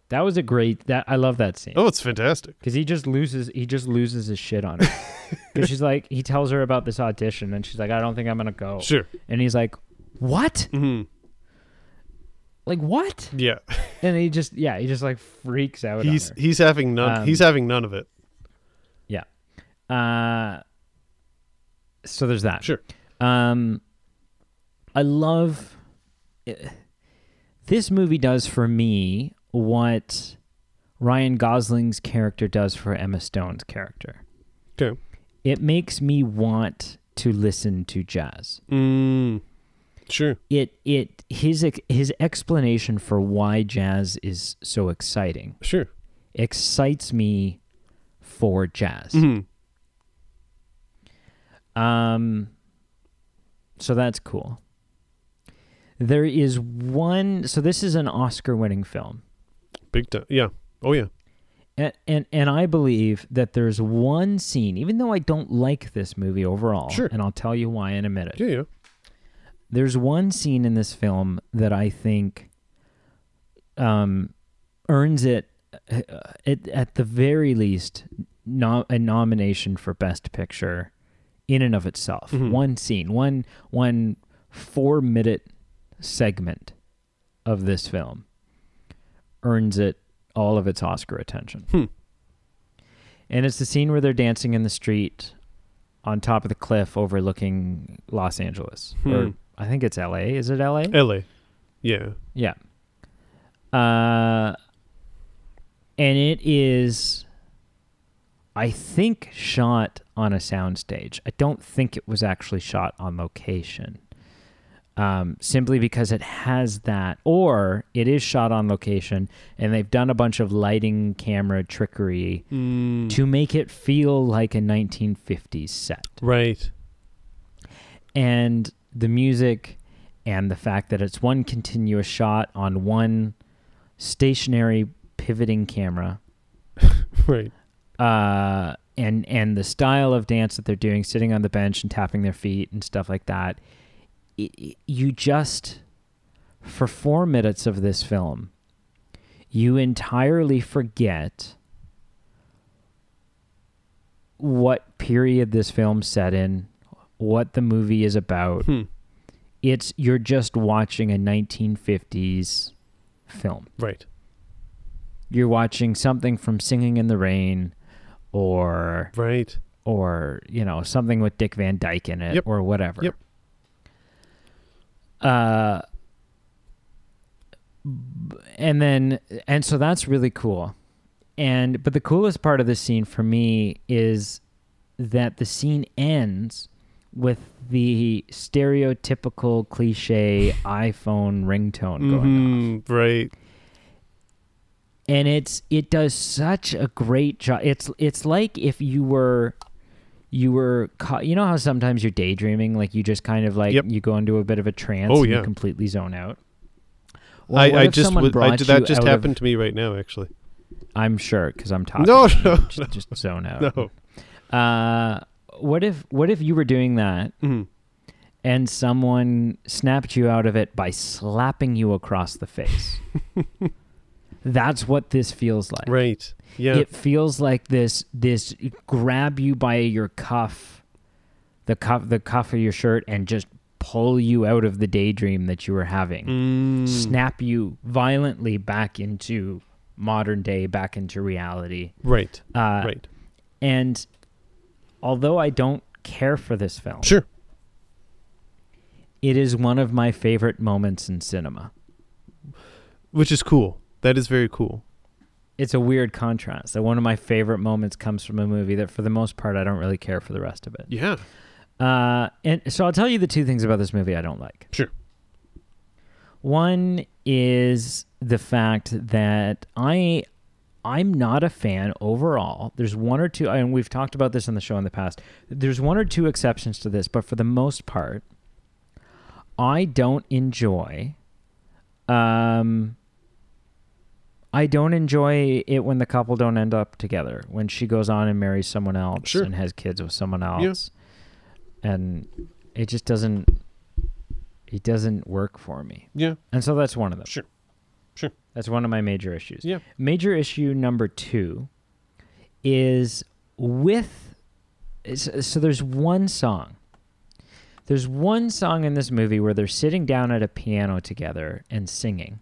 Speaker 2: that was a great that I love that scene
Speaker 1: oh it's fantastic
Speaker 2: because he just loses he just loses his shit on her because she's like he tells her about this audition, Oh. and she's like I don't think I'm gonna go,
Speaker 1: sure
Speaker 2: and he's like what?
Speaker 1: hmm
Speaker 2: Like what?
Speaker 1: Mm-hmm. Yeah,
Speaker 2: And he just yeah, he just like freaks out. on
Speaker 1: he's
Speaker 2: her.
Speaker 1: he's having none.
Speaker 2: Um,
Speaker 1: he's having none of it.
Speaker 2: Uh, so there's that.
Speaker 1: Sure.
Speaker 2: Um, I love eh, this movie does for me what Ryan Gosling's character does for Emma Stone's character.
Speaker 1: Okay.
Speaker 2: It makes me want to listen to jazz.
Speaker 1: Mm, sure.
Speaker 2: It it his ex- his explanation for why jazz is so exciting
Speaker 1: Sure.
Speaker 2: excites me for jazz.
Speaker 1: hmm
Speaker 2: Um, so that's cool. There is one. So this is an Oscar-winning film,
Speaker 1: Big time. Yeah. Oh yeah.
Speaker 2: and, and and I believe that there's one scene, even though I don't like this movie overall,
Speaker 1: Sure.
Speaker 2: and I'll tell you why in a minute.
Speaker 1: Yeah. Yeah.
Speaker 2: There's one scene in this film that I think um, earns it, uh, it at the very least no, a nomination for Best Picture in and of itself.
Speaker 1: Mhm.
Speaker 2: One scene, one one four minute segment of this film earns it all of its Oscar attention.
Speaker 1: Hmm.
Speaker 2: And it's the scene where they're dancing in the street on top of the cliff overlooking Los Angeles.
Speaker 1: Hmm.
Speaker 2: Or I think it's LA. Is it LA?
Speaker 1: L.A. Yeah.
Speaker 2: Yeah. Uh, and it is, I think, shot on a soundstage. I don't think it was actually shot on location. Um, simply because it has that, or it is shot on location, and they've done a bunch of lighting camera trickery
Speaker 1: Mm,
Speaker 2: to make it feel like a 1950s set
Speaker 1: right.
Speaker 2: and the music and the fact that it's one continuous shot on one stationary pivoting camera
Speaker 1: Right.
Speaker 2: uh, and and the style of dance that they're doing sitting on the bench and tapping their feet and stuff like that i i- you just for four minutes of this film you entirely forget what period this film set in what the movie is about
Speaker 1: Hmm.
Speaker 2: it's you're just watching a 1950s film.
Speaker 1: Right.
Speaker 2: You're watching something from Singing in the Rain or
Speaker 1: Right.
Speaker 2: or you know something with Dick Van Dyke in it
Speaker 1: Yep.
Speaker 2: or whatever.
Speaker 1: Yep.
Speaker 2: Uh b- and then and so that's really cool. And but the coolest part of this scene for me is that the scene ends with the stereotypical cliche iPhone ringtone going on
Speaker 1: Mhm, Right.
Speaker 2: and it's it does such a great job it's it's like if you were you were caught you know how sometimes you're daydreaming like you just kind of like
Speaker 1: Yep.
Speaker 2: you go into a bit of a trance
Speaker 1: Oh,
Speaker 2: and
Speaker 1: yeah.
Speaker 2: you completely zone out Or
Speaker 1: I,
Speaker 2: what
Speaker 1: I
Speaker 2: if
Speaker 1: just
Speaker 2: someone
Speaker 1: would, I,
Speaker 2: brought
Speaker 1: did- that
Speaker 2: you
Speaker 1: just
Speaker 2: out of-
Speaker 1: happened to me right now actually.
Speaker 2: i'm sure because i'm talking
Speaker 1: No,
Speaker 2: to you,
Speaker 1: no,
Speaker 2: just, just zone out
Speaker 1: No.
Speaker 2: uh what if what if you were doing that
Speaker 1: Mhm.
Speaker 2: and someone snapped you out of it by slapping you across the face that's what this feels like
Speaker 1: Right. Yeah.
Speaker 2: it feels like this this grab you by your cuff the cuff the cuff of your shirt and just pull you out of the daydream that you were having
Speaker 1: Mm,
Speaker 2: snap you violently back into modern day back into reality
Speaker 1: right.
Speaker 2: uh,
Speaker 1: Right.
Speaker 2: and although i don't care for this film
Speaker 1: Sure.
Speaker 2: it is one of my favorite moments in cinema
Speaker 1: Which is cool. That is very cool.
Speaker 2: it's a weird contrast that one of my favorite moments comes from a movie that for the most part i don't really care for the rest of it
Speaker 1: Yeah.
Speaker 2: Uh, and so I'll tell you the two things about this movie I don't like.
Speaker 1: Sure.
Speaker 2: One is the fact that I I'm not a fan overall. There's one or two and we've talked about this on the show in the past. There's one or two exceptions to this, but for the most part I don't enjoy um I don't enjoy it when the couple don't end up together. When she goes on and marries someone else
Speaker 1: Sure.
Speaker 2: and has kids with someone else
Speaker 1: Yeah.
Speaker 2: and it just doesn't it doesn't work for me
Speaker 1: Yeah.
Speaker 2: and so that's one of them
Speaker 1: Sure. Sure.
Speaker 2: that's one of my major issues
Speaker 1: Yeah.
Speaker 2: major issue number two is with is- so there's one song there's one song in this movie where they're sitting down at a piano together and singing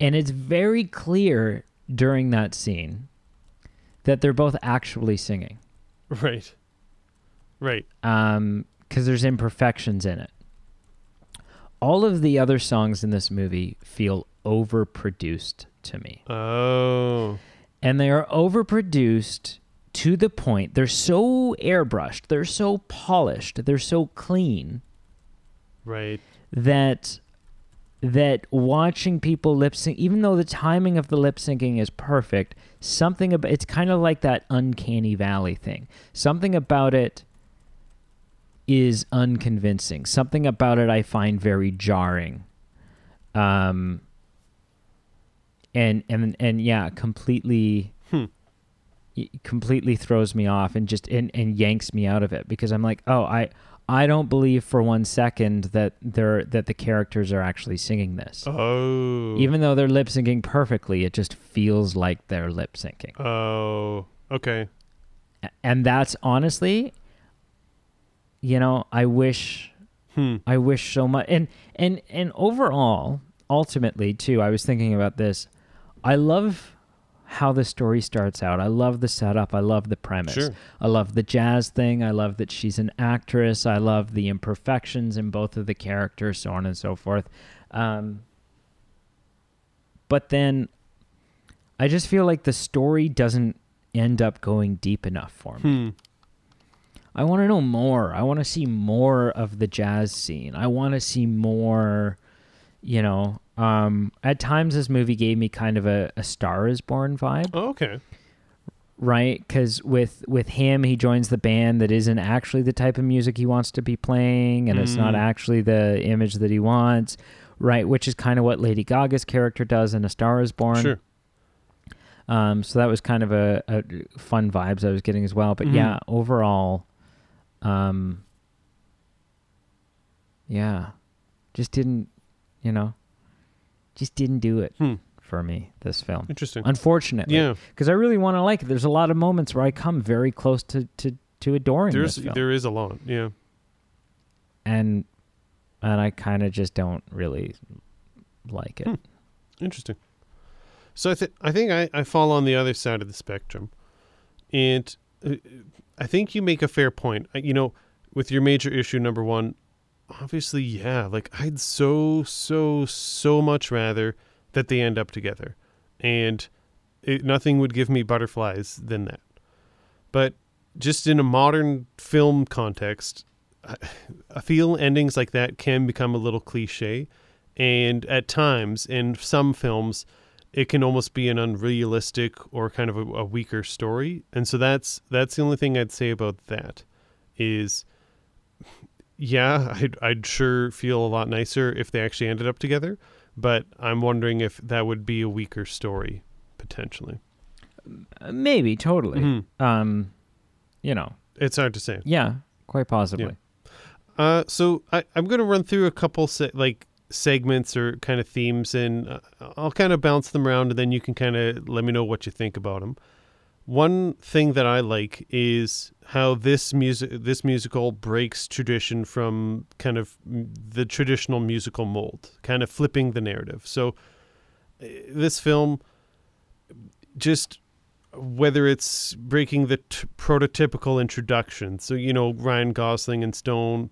Speaker 2: And it's very clear during that scene that they're both actually singing
Speaker 1: Right. Right.
Speaker 2: because um, there's imperfections in it. All of the other songs in this movie feel overproduced to me.
Speaker 1: Oh.
Speaker 2: and they are overproduced to the point they're so airbrushed, they're so polished, they're so clean
Speaker 1: Right.
Speaker 2: that that watching people lip sync, even though the timing of the lip syncing is perfect, something about it's kind of like that uncanny valley thing. Something about it is unconvincing. Something about it I find very jarring. Um and and and yeah, completely
Speaker 1: Hmm.
Speaker 2: y- completely throws me off and just and, and yanks me out of it because I'm like, "Oh, I I don't believe for one second that they're that the characters are actually singing this.
Speaker 1: Oh.
Speaker 2: Even though they're lip syncing perfectly, it just feels like they're lip syncing.
Speaker 1: Oh. Okay.
Speaker 2: A- And that's honestly you know, I wish
Speaker 1: Hmm.
Speaker 2: I wish so much. And and and overall, ultimately too, I was thinking about this. I love how the story starts out. I love the setup. I love the premise.
Speaker 1: Sure.
Speaker 2: I love the jazz thing. I love that she's an actress. I love the imperfections in both of the characters, so on and so forth. Um, but then I just feel like the story doesn't end up going deep enough for me.
Speaker 1: Hmm.
Speaker 2: I want to know more. I want to see more of the jazz scene. I want to see more, you know. Um, at times, this movie gave me kind of a, a Star is Born vibe,
Speaker 1: Oh, okay.
Speaker 2: right? Because with, with him, he joins the band that isn't actually the type of music he wants to be playing, and it's not
Speaker 1: Mm.
Speaker 2: actually the image that he wants, right? Which is kind of what Lady Gaga's character does in A Star is Born.
Speaker 1: Sure.
Speaker 2: Um, so that was kind of a, a fun vibes I was getting as well. But
Speaker 1: Mhm.
Speaker 2: yeah, overall, um, yeah, just didn't, you know, just didn't do it
Speaker 1: Hmm.
Speaker 2: for me. This film,
Speaker 1: Interesting.
Speaker 2: unfortunately,
Speaker 1: Yeah.
Speaker 2: because I really want to like it. There's a lot of moments where I come very close to to to adoring
Speaker 1: There's
Speaker 2: this film,
Speaker 1: there is a lot. Yeah.
Speaker 2: and and I kind of just don't really like it.
Speaker 1: Hmm. Interesting. So I think I think I, I fall on the other side of the spectrum, and uh, I think you make a fair point. Uh, You know, with your major issue number one, obviously, yeah, like I'd so so so much rather that they end up together, and it, nothing would give me butterflies than that. But just in a modern film context, I, I feel endings like that can become a little cliche and at times in some films it can almost be an unrealistic or kind of a, a weaker story and so that's that's the only thing i'd say about that is yeah I'd, I'd sure feel a lot nicer if they actually ended up together but i'm wondering if that would be a weaker story potentially
Speaker 2: Uh, Maybe totally.
Speaker 1: Mhm.
Speaker 2: Um, you know,
Speaker 1: it's hard to say
Speaker 2: yeah, quite possibly.
Speaker 1: Uh, so I, I'm going to run through a couple se- like segments or kind of themes, and uh, I'll kind of bounce them around, and then you can kind of let me know what you think about them. One thing that I like is how this music this musical breaks tradition from kind of mm, the traditional musical mold, kind of flipping the narrative. So uh, this film just whether it's breaking the t- prototypical introduction. So you know Ryan Gosling and Stone,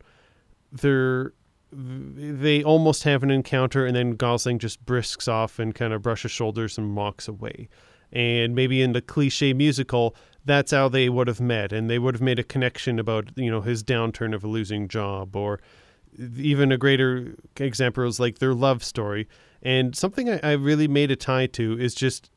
Speaker 1: they're they almost have an encounter, and then Gosling just brisks off and kind of brushes shoulders and walks away. And maybe in the cliche musical, that's how they would have met, and they would have made a connection about you know his downturn of a losing job, or even a greater example is like their love story. And something I, I really made a tie to is just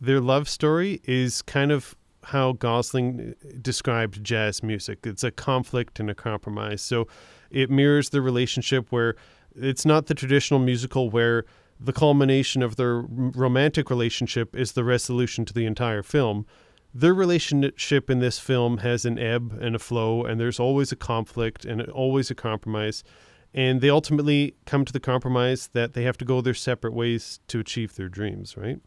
Speaker 1: their love story is kind of how Gosling described jazz music. It's a conflict and a compromise. So it mirrors the relationship where it's not the traditional musical where the culmination of their r- romantic relationship is the resolution to the entire film. Their relationship in this film has an ebb and a flow, and there's always a conflict and always a compromise. And they ultimately come to the compromise that they have to go their separate ways to achieve their dreams, right?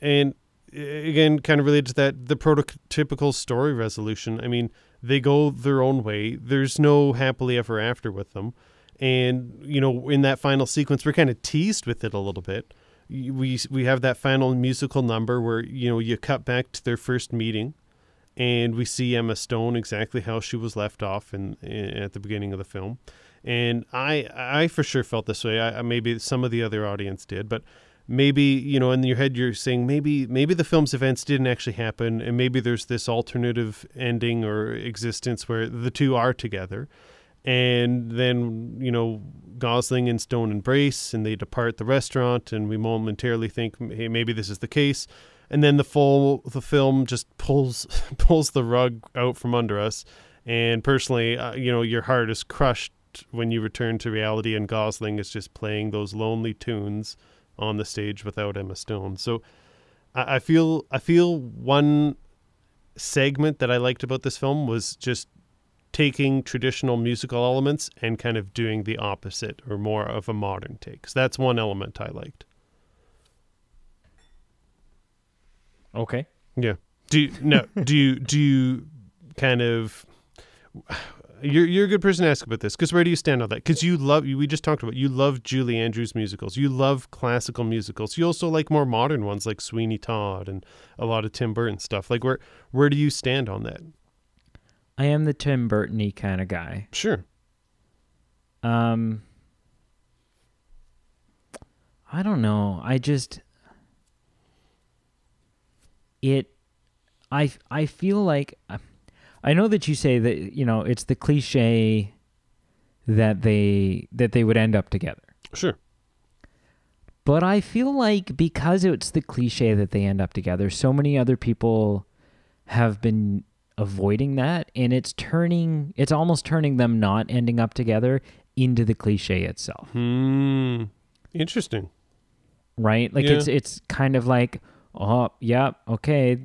Speaker 1: and uh, again kind of related to that the prototypical story resolution i mean they go their own way there's no happily ever after with them and you know in that final sequence we're kind of teased with it a little bit we we have that final musical number where you know you cut back to their first meeting and we see Emma Stone exactly how she was left off in, in at the beginning of the film and I I for sure felt this way I, maybe some of the other audience did but maybe you know in your head you're saying maybe maybe the film's events didn't actually happen and maybe there's this alternative ending or existence where the two are together and then you know Gosling and Stone embrace and they depart the restaurant and we momentarily think hey maybe this is the case and then the full the film just pulls pulls the rug out from under us and personally uh, you know your heart is crushed when you return to reality and Gosling is just playing those lonely tunes on the stage without Emma Stone so I, I feel I feel one segment that I liked about this film was just taking traditional musical elements and kind of doing the opposite or more of a modern take. So that's one element I liked.
Speaker 2: Okay.
Speaker 1: Yeah. Do you, no? do you do you kind of? You're you're a good person to ask about this because where do you stand on that? Because you love we just talked about you love Julie Andrews musicals, you love classical musicals, you also like more modern ones like Sweeney Todd and a lot of Tim Burton stuff. Like where where do you stand on that?
Speaker 2: I am the Tim Burton kind of guy.
Speaker 1: Sure.
Speaker 2: Um I don't know. I just it I I feel like I know that you say that you know it's the cliche that they that they would end up together.
Speaker 1: Sure.
Speaker 2: But I feel like because it's the cliche that they end up together, so many other people have been avoiding that and it's turning it's almost turning them not ending up together into the cliche itself
Speaker 1: hmm interesting
Speaker 2: right like
Speaker 1: Yeah.
Speaker 2: it's it's kind of like oh yeah okay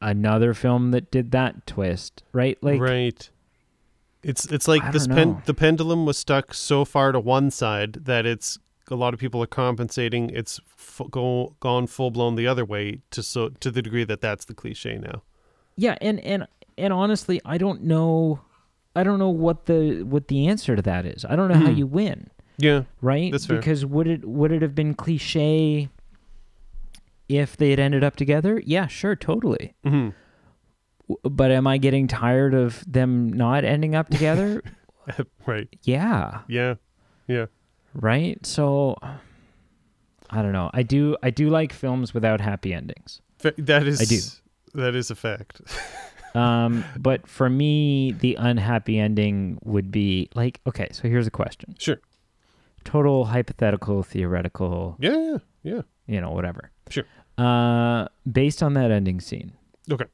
Speaker 2: another film that did that twist right like
Speaker 1: right it's it's
Speaker 2: I
Speaker 1: like this
Speaker 2: don't
Speaker 1: pen,
Speaker 2: know.
Speaker 1: the pendulum was stuck so far to one side that it's a lot of people are compensating it's f- go, gone full blown the other way to so to the degree that that's the cliche now
Speaker 2: yeah and and and honestly i don't know i don't know what the what the answer to that is i don't know how you win
Speaker 1: yeah
Speaker 2: right
Speaker 1: That's fair.
Speaker 2: because would it would it have been cliche if they had ended up together yeah sure totally
Speaker 1: hmm
Speaker 2: W- but am I getting tired of them not ending up together?
Speaker 1: right
Speaker 2: yeah,
Speaker 1: yeah yeah
Speaker 2: right? So I don't know. I do I do like films without happy endings.
Speaker 1: Fa- that is
Speaker 2: I do.
Speaker 1: that is a fact
Speaker 2: Um but for me the unhappy ending would be like okay, so here's a question.
Speaker 1: sure
Speaker 2: Total hypothetical theoretical,
Speaker 1: yeah yeah yeah
Speaker 2: you know, whatever.
Speaker 1: Sure.
Speaker 2: Uh based on that ending scene
Speaker 1: okay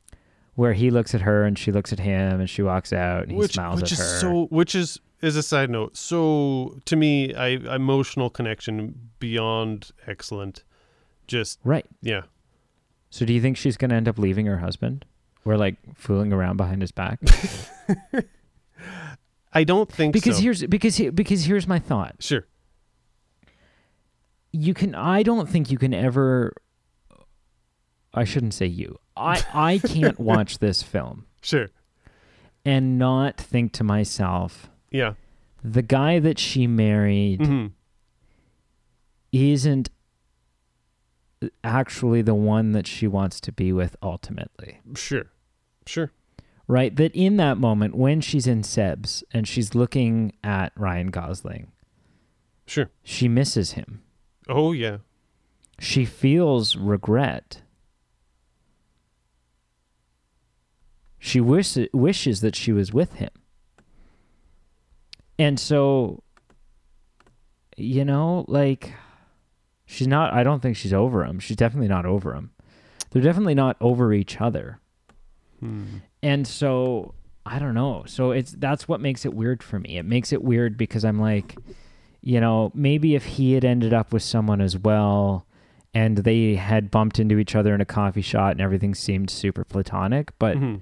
Speaker 2: where he looks at her and she looks at him and she walks out and he
Speaker 1: which,
Speaker 2: smiles
Speaker 1: which is
Speaker 2: at her.
Speaker 1: so which is is a side note so to me i emotional connection beyond excellent just
Speaker 2: right.
Speaker 1: yeah
Speaker 2: So do you think she's gonna end up leaving her husband? We're like fooling around behind his back.
Speaker 1: i don't think
Speaker 2: Because
Speaker 1: so.
Speaker 2: here's because he- because here's my thought.
Speaker 1: sure
Speaker 2: You can I don't think you can ever I shouldn't say you. I I can't watch this film
Speaker 1: sure
Speaker 2: and not think to myself,
Speaker 1: yeah
Speaker 2: the guy that she married
Speaker 1: hmm
Speaker 2: isn't actually the one that she wants to be with ultimately.
Speaker 1: sure sure
Speaker 2: right? That in that moment when she's in Seb's and she's looking at Ryan Gosling,
Speaker 1: sure
Speaker 2: she misses him.
Speaker 1: oh yeah
Speaker 2: She feels regret. She wish- wishes that she was with him. And so, you know, like, she's not, I don't think she's over him. She's definitely not over him. They're definitely not over each other.
Speaker 1: Hmm.
Speaker 2: And so I don't know. So it's that's what makes it weird for me. It makes it weird because I'm like, you know, maybe if he had ended up with someone as well and they had bumped into each other in a coffee shop and everything seemed super platonic, but
Speaker 1: Mhm.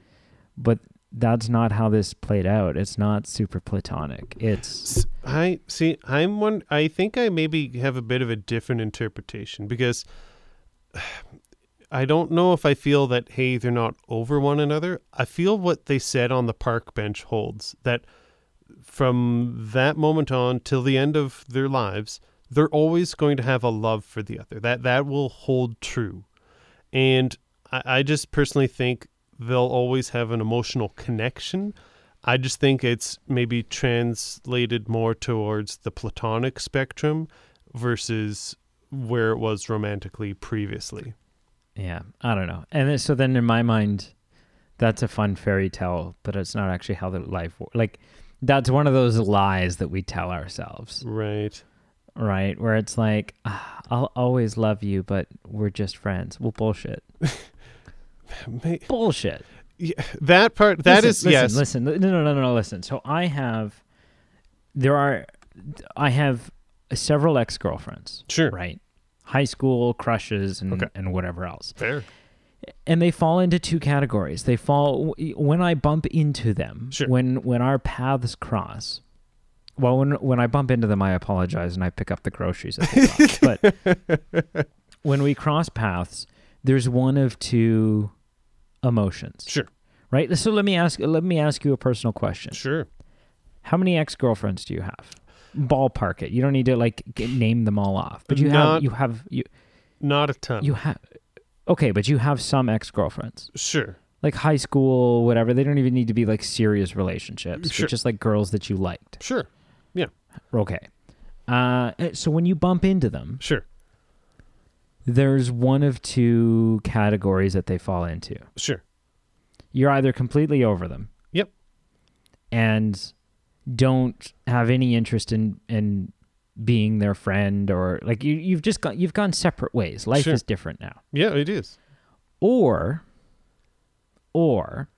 Speaker 2: but that's not how this played out. It's not super platonic. It's
Speaker 1: S- I see. I'm one. I think I maybe have a bit of a different interpretation because I don't know if I feel that hey they're not over one another. I feel what they said on the park bench holds that from that moment on till the end of their lives, they're always going to have a love for the other. That that will hold true. And I, I just personally think they'll always have an emotional connection. I just think it's maybe translated more towards the platonic spectrum versus where it was romantically previously.
Speaker 2: Yeah, I don't know. And then, so then in my mind, that's a fun fairy tale, but it's not actually how the life wo- like that's one of those lies that we tell ourselves,
Speaker 1: Right.
Speaker 2: right? Where it's like, ah, I'll always love you, but we're just friends. Well, bullshit.
Speaker 1: May-
Speaker 2: Bullshit.
Speaker 1: That part that
Speaker 2: Listen,
Speaker 1: is
Speaker 2: listen,
Speaker 1: yes.
Speaker 2: Listen, li- no, no, no, no, no. Listen. So I have, there are, I have several ex girlfriends,
Speaker 1: Sure.
Speaker 2: right? High school crushes and
Speaker 1: Okay.
Speaker 2: and whatever else,
Speaker 1: Fair.
Speaker 2: and they fall into two categories. They fall when I bump into them,
Speaker 1: Sure.
Speaker 2: when when our paths cross. Well, when when I bump into them, I apologize and I pick up the groceries. At the block. but when we cross paths, there's one of two emotions
Speaker 1: Sure.
Speaker 2: right? So let me ask let me ask you a personal question.
Speaker 1: Sure.
Speaker 2: How many ex girlfriends do you have? Ballpark it. You don't need to like g name them all off, but you
Speaker 1: Not-
Speaker 2: have you have you
Speaker 1: Not a ton.
Speaker 2: you have okay, but you have some ex girlfriends,
Speaker 1: sure.
Speaker 2: like high school, whatever. They don't even need to be like serious relationships,
Speaker 1: Sure.
Speaker 2: but just like girls that you liked.
Speaker 1: Sure.
Speaker 2: Okay. Uh, so when you bump into them,
Speaker 1: Sure.
Speaker 2: there's one of two categories that they fall into.
Speaker 1: Sure.
Speaker 2: you're either completely over them.
Speaker 1: Yep.
Speaker 2: And don't have any interest in in being their friend or like you you've just gone you've gone separate ways. Life
Speaker 1: Sure.
Speaker 2: is different now.
Speaker 1: Yeah, it is.
Speaker 2: Or or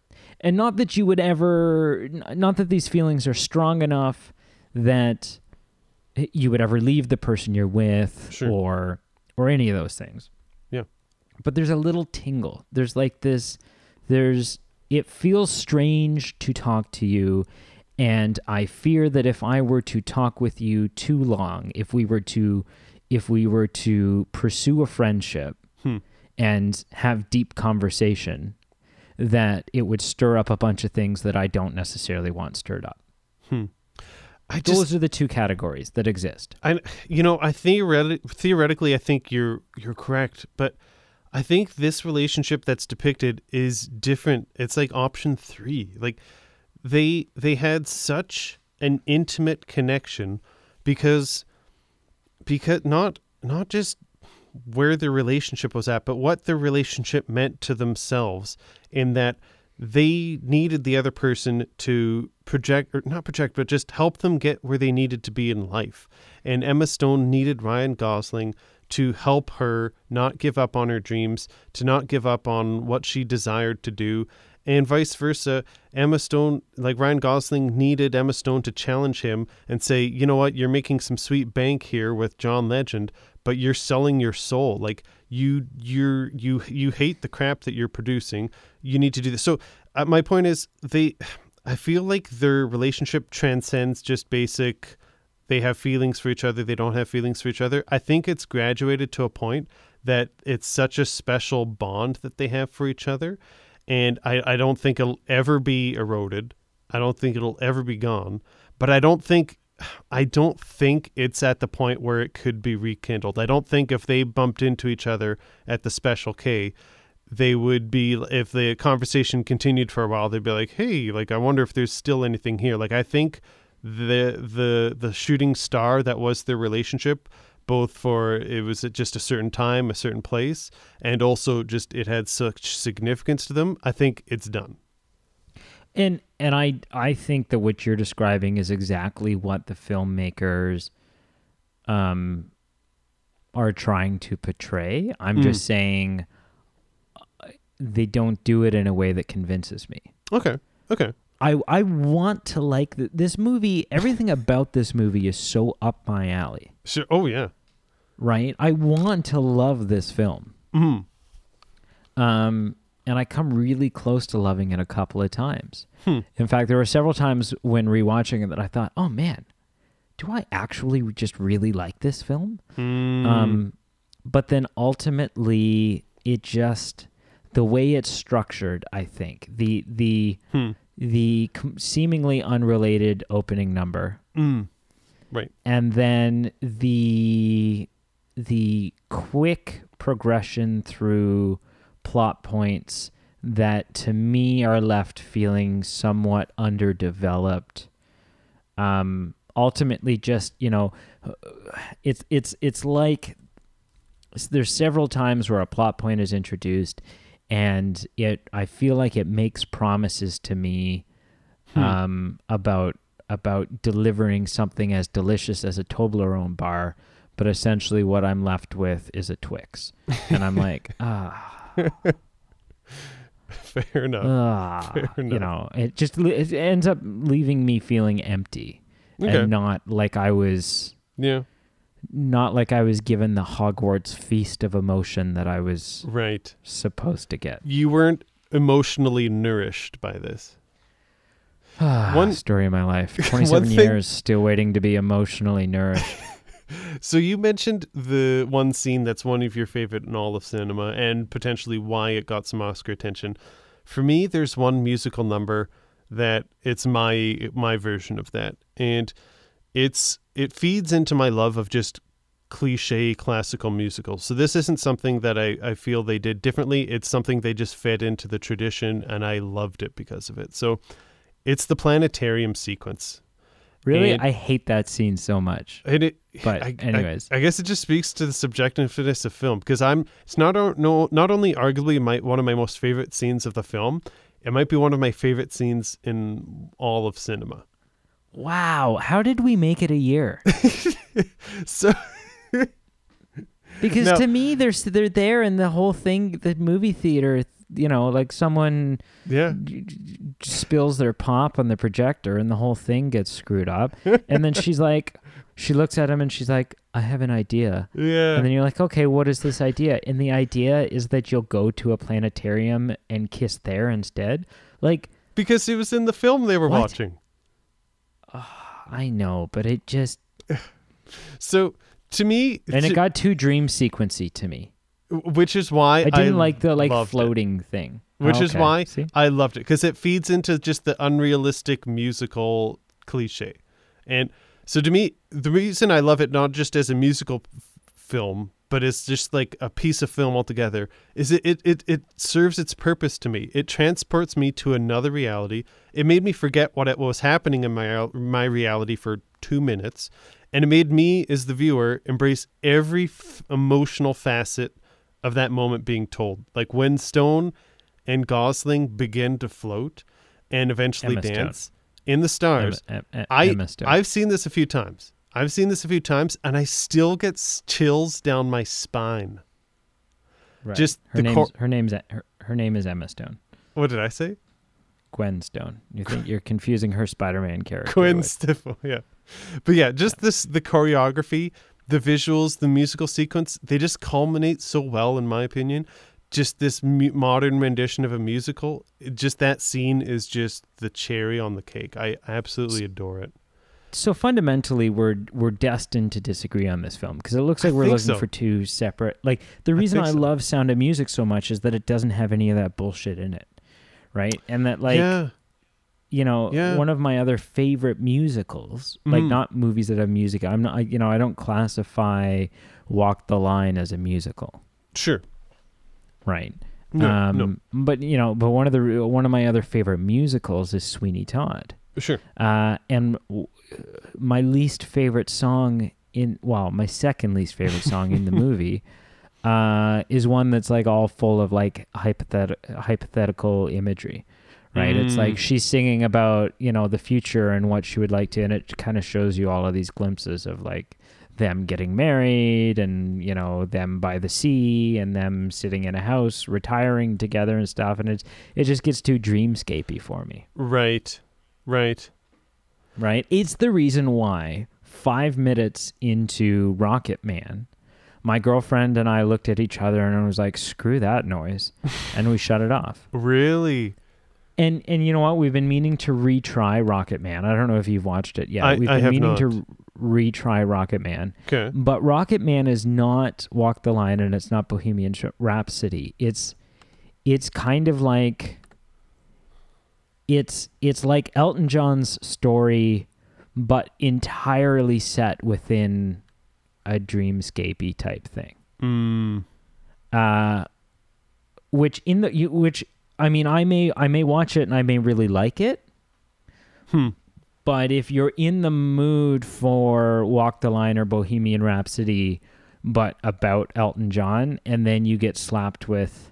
Speaker 2: and not that you would ever n- not that these feelings are strong enough that you would ever leave the person you're with
Speaker 1: Sure.
Speaker 2: or or any of those things
Speaker 1: Yeah.
Speaker 2: but there's a little tingle there's like this there's it feels strange to talk to you and i fear that if i were to talk with you too long if we were to if we were to pursue a friendship
Speaker 1: Hmm.
Speaker 2: and have deep conversation that it would stir up a bunch of things that i don't necessarily want stirred up
Speaker 1: I just
Speaker 2: those are the two categories that exist
Speaker 1: I, you know, I theoretically, theoretically, I think you're you're correct, but I think this relationship that's depicted is different. It's like option three. Like they they had such an intimate connection because because not not just where their relationship was at, but what their relationship meant to themselves in that they needed the other person to project or not project, but just help them get where they needed to be in life. And Emma Stone needed Ryan Gosling to help her not give up on her dreams, to not give up on what she desired to do. And vice versa, Emma Stone, like Ryan Gosling, needed Emma Stone to challenge him and say, you know what, you're making some sweet bank here with John Legend, but you're selling your soul. Like you, you're you you hate the crap that you're producing. You need to do this. So uh, my point is, they, I feel like their relationship transcends just basic they have feelings for each other, they don't have feelings for each other. I think it's graduated to a point that it's such a special bond that they have for each other. And I, I don't think it'll ever be eroded. I don't think it'll ever be gone. But I don't think I don't think it's at the point where it could be rekindled. I don't think if they bumped into each other at the special K, they would be if the conversation continued for a while they'd be like hey like i wonder if there's still anything here like i think the the the shooting star that was their relationship both for it was at just a certain time a certain place and also just it had such significance to them i think it's done
Speaker 2: And and I I think that what you're describing is exactly what the filmmakers um are trying to portray. I'm just saying uh, they don't do it in a way that convinces me.
Speaker 1: okay okay
Speaker 2: I I want to like th- this movie. Everything about this movie is so up my alley,
Speaker 1: sure oh yeah
Speaker 2: right? I want to love this film.
Speaker 1: Mhm.
Speaker 2: Um, and I come really close to loving it a couple of times. In fact, there were several times when rewatching it that I thought, "Oh man, do I actually just really like this film?"
Speaker 1: Hmm.
Speaker 2: Um, but then
Speaker 1: Hmm.
Speaker 2: ultimately, it just the way it's structured. I think the the the com- seemingly unrelated opening number
Speaker 1: Mm.
Speaker 2: and then the the quick progression through plot points that to me are left feeling somewhat underdeveloped um ultimately just you know it's it's it's like there's several times where a plot point is introduced and it i feel like it makes promises to me
Speaker 1: Hmm.
Speaker 2: um, about about delivering something as delicious as a Toblerone bar, but essentially what I'm left with is a Twix, and I'm like, ah,
Speaker 1: Fair enough.
Speaker 2: ah,
Speaker 1: fair
Speaker 2: you
Speaker 1: enough.
Speaker 2: know, it just le- it ends up leaving me feeling empty
Speaker 1: okay.
Speaker 2: and not like I was
Speaker 1: yeah.
Speaker 2: not like I was given the Hogwarts feast of emotion that I was
Speaker 1: Right.
Speaker 2: supposed to get.
Speaker 1: You weren't emotionally nourished by this. One-
Speaker 2: One story of my life,
Speaker 1: One
Speaker 2: 27
Speaker 1: thing-
Speaker 2: years, still waiting to be emotionally nourished.
Speaker 1: So you mentioned the one scene that's one of your favorite in all of cinema and potentially why it got some Oscar attention. For me, there's one musical number that it's my my version of that. And it's it feeds into my love of just cliche classical musicals. So this isn't something that I, I feel they did differently. It's something they just fed into the tradition and I loved it because of it. So it's the planetarium sequence.
Speaker 2: Really,
Speaker 1: And-
Speaker 2: I hate that scene so much.
Speaker 1: And it
Speaker 2: But
Speaker 1: I- I-
Speaker 2: anyways,
Speaker 1: I guess it just speaks to the subjectiveness of film because I'm it's not o- no not only arguably my one of my most favorite scenes of the film, it might be one of my favorite scenes in all of cinema.
Speaker 2: Wow, how did we make it a year?
Speaker 1: So
Speaker 2: Because
Speaker 1: No.
Speaker 2: to me, they're s- they're there, and the whole thing, the movie theater, you know, like someone
Speaker 1: yeah,
Speaker 2: j- j- j- spills their pop on the projector, and the whole thing gets screwed up. and then she's like, she looks at him, and she's like, "I have an idea."
Speaker 1: yeah,
Speaker 2: And then you're like, "Okay, what is this idea?" And the idea is that you'll go to a planetarium and kiss there instead. Like,
Speaker 1: because it was in the film they were
Speaker 2: What?
Speaker 1: watching.
Speaker 2: I know, but it just
Speaker 1: So to me,
Speaker 2: and
Speaker 1: to-
Speaker 2: it got too dream sequency to me.
Speaker 1: which is why
Speaker 2: I didn't like the like
Speaker 1: loved it.
Speaker 2: floating thing,
Speaker 1: Which is
Speaker 2: Okay,
Speaker 1: why
Speaker 2: see?
Speaker 1: I loved it because it feeds into just the unrealistic musical cliche. And so to me, the reason I love it not just as a musical f- film, but as just like a piece of film altogether, is it, it, it, it serves its purpose to me. It transports me to another reality. It made me forget what it was happening in my, al- my reality for two minutes. And it made me, as the viewer, embrace every f- emotional facet of that moment being told. Like when Stone and Gosling begin to float and eventually
Speaker 2: Emma Stone.
Speaker 1: dance in the stars.
Speaker 2: Em- em-
Speaker 1: I-
Speaker 2: Emma Stone.
Speaker 1: I've seen this a few times. I've seen this a few times, and I still get s- chills down my spine.
Speaker 2: Right.
Speaker 1: just
Speaker 2: her
Speaker 1: the
Speaker 2: name's
Speaker 1: cor-
Speaker 2: her name's her, her name is Emma Stone.
Speaker 1: What did I say?
Speaker 2: Gwen Stone. You think you're confusing her Spider-Man character?
Speaker 1: Gwen
Speaker 2: with-
Speaker 1: Stiffel, yeah. But yeah, just this the choreography, the visuals, the musical sequence, they just culminate so well, in my opinion. Just this mu- modern rendition of a musical, it- just that scene is just the cherry on the cake. I absolutely adore it.
Speaker 2: So fundamentally, we're we're destined to disagree on this film because it looks like
Speaker 1: I
Speaker 2: we're
Speaker 1: think
Speaker 2: looking
Speaker 1: so.
Speaker 2: for two separate. Like the reason
Speaker 1: think
Speaker 2: I,
Speaker 1: so.
Speaker 2: love Sound of Music so much is that it doesn't have any of that bullshit in it, right? And that like
Speaker 1: yeah,
Speaker 2: you know
Speaker 1: Yeah.
Speaker 2: one of my other favorite musicals like
Speaker 1: Mhm.
Speaker 2: not movies that have music i'm not I- you know i don't classify walk the line as a musical
Speaker 1: sure.
Speaker 2: right Um,
Speaker 1: No, no,
Speaker 2: but you know but one of the re- one of my other favorite musicals is sweeney todd
Speaker 1: sure.
Speaker 2: uh, and w- my least favorite song in well my second least favorite song in the movie uh, is one that's like all full of like hypothet- hypothetical imagery right it's
Speaker 1: Mm.
Speaker 2: like she's singing about you know the future and what she would like to and it kind of shows you all of these glimpses of like them getting married and you know them by the sea and them sitting in a house retiring together and stuff and it's it just gets too dreamscapey for me
Speaker 1: Right, right.
Speaker 2: right? It's the reason why five minutes into Rocket Man, my girlfriend and I looked at each other and I was like, screw that noise. And we shut it off.
Speaker 1: Really?
Speaker 2: And and you know what? We've been meaning to retry Rocket Man. I don't know if you've watched it yet.
Speaker 1: I-
Speaker 2: We've
Speaker 1: I
Speaker 2: been
Speaker 1: have
Speaker 2: meaning
Speaker 1: not.
Speaker 2: to retry Rocket Man.
Speaker 1: Okay.
Speaker 2: But Rocket Man is not Walk the Line and it's not Bohemian Sh- Rhapsody. It's it's kind of like it's it's like Elton John's story, but entirely set within a dreamscapey type thing.
Speaker 1: Mm.
Speaker 2: Uh, which in the you, which I mean, I may I may watch it and I may really like it.
Speaker 1: Hmm.
Speaker 2: But if you're in the mood for Walk the Line or Bohemian Rhapsody, but about Elton John, and then you get slapped with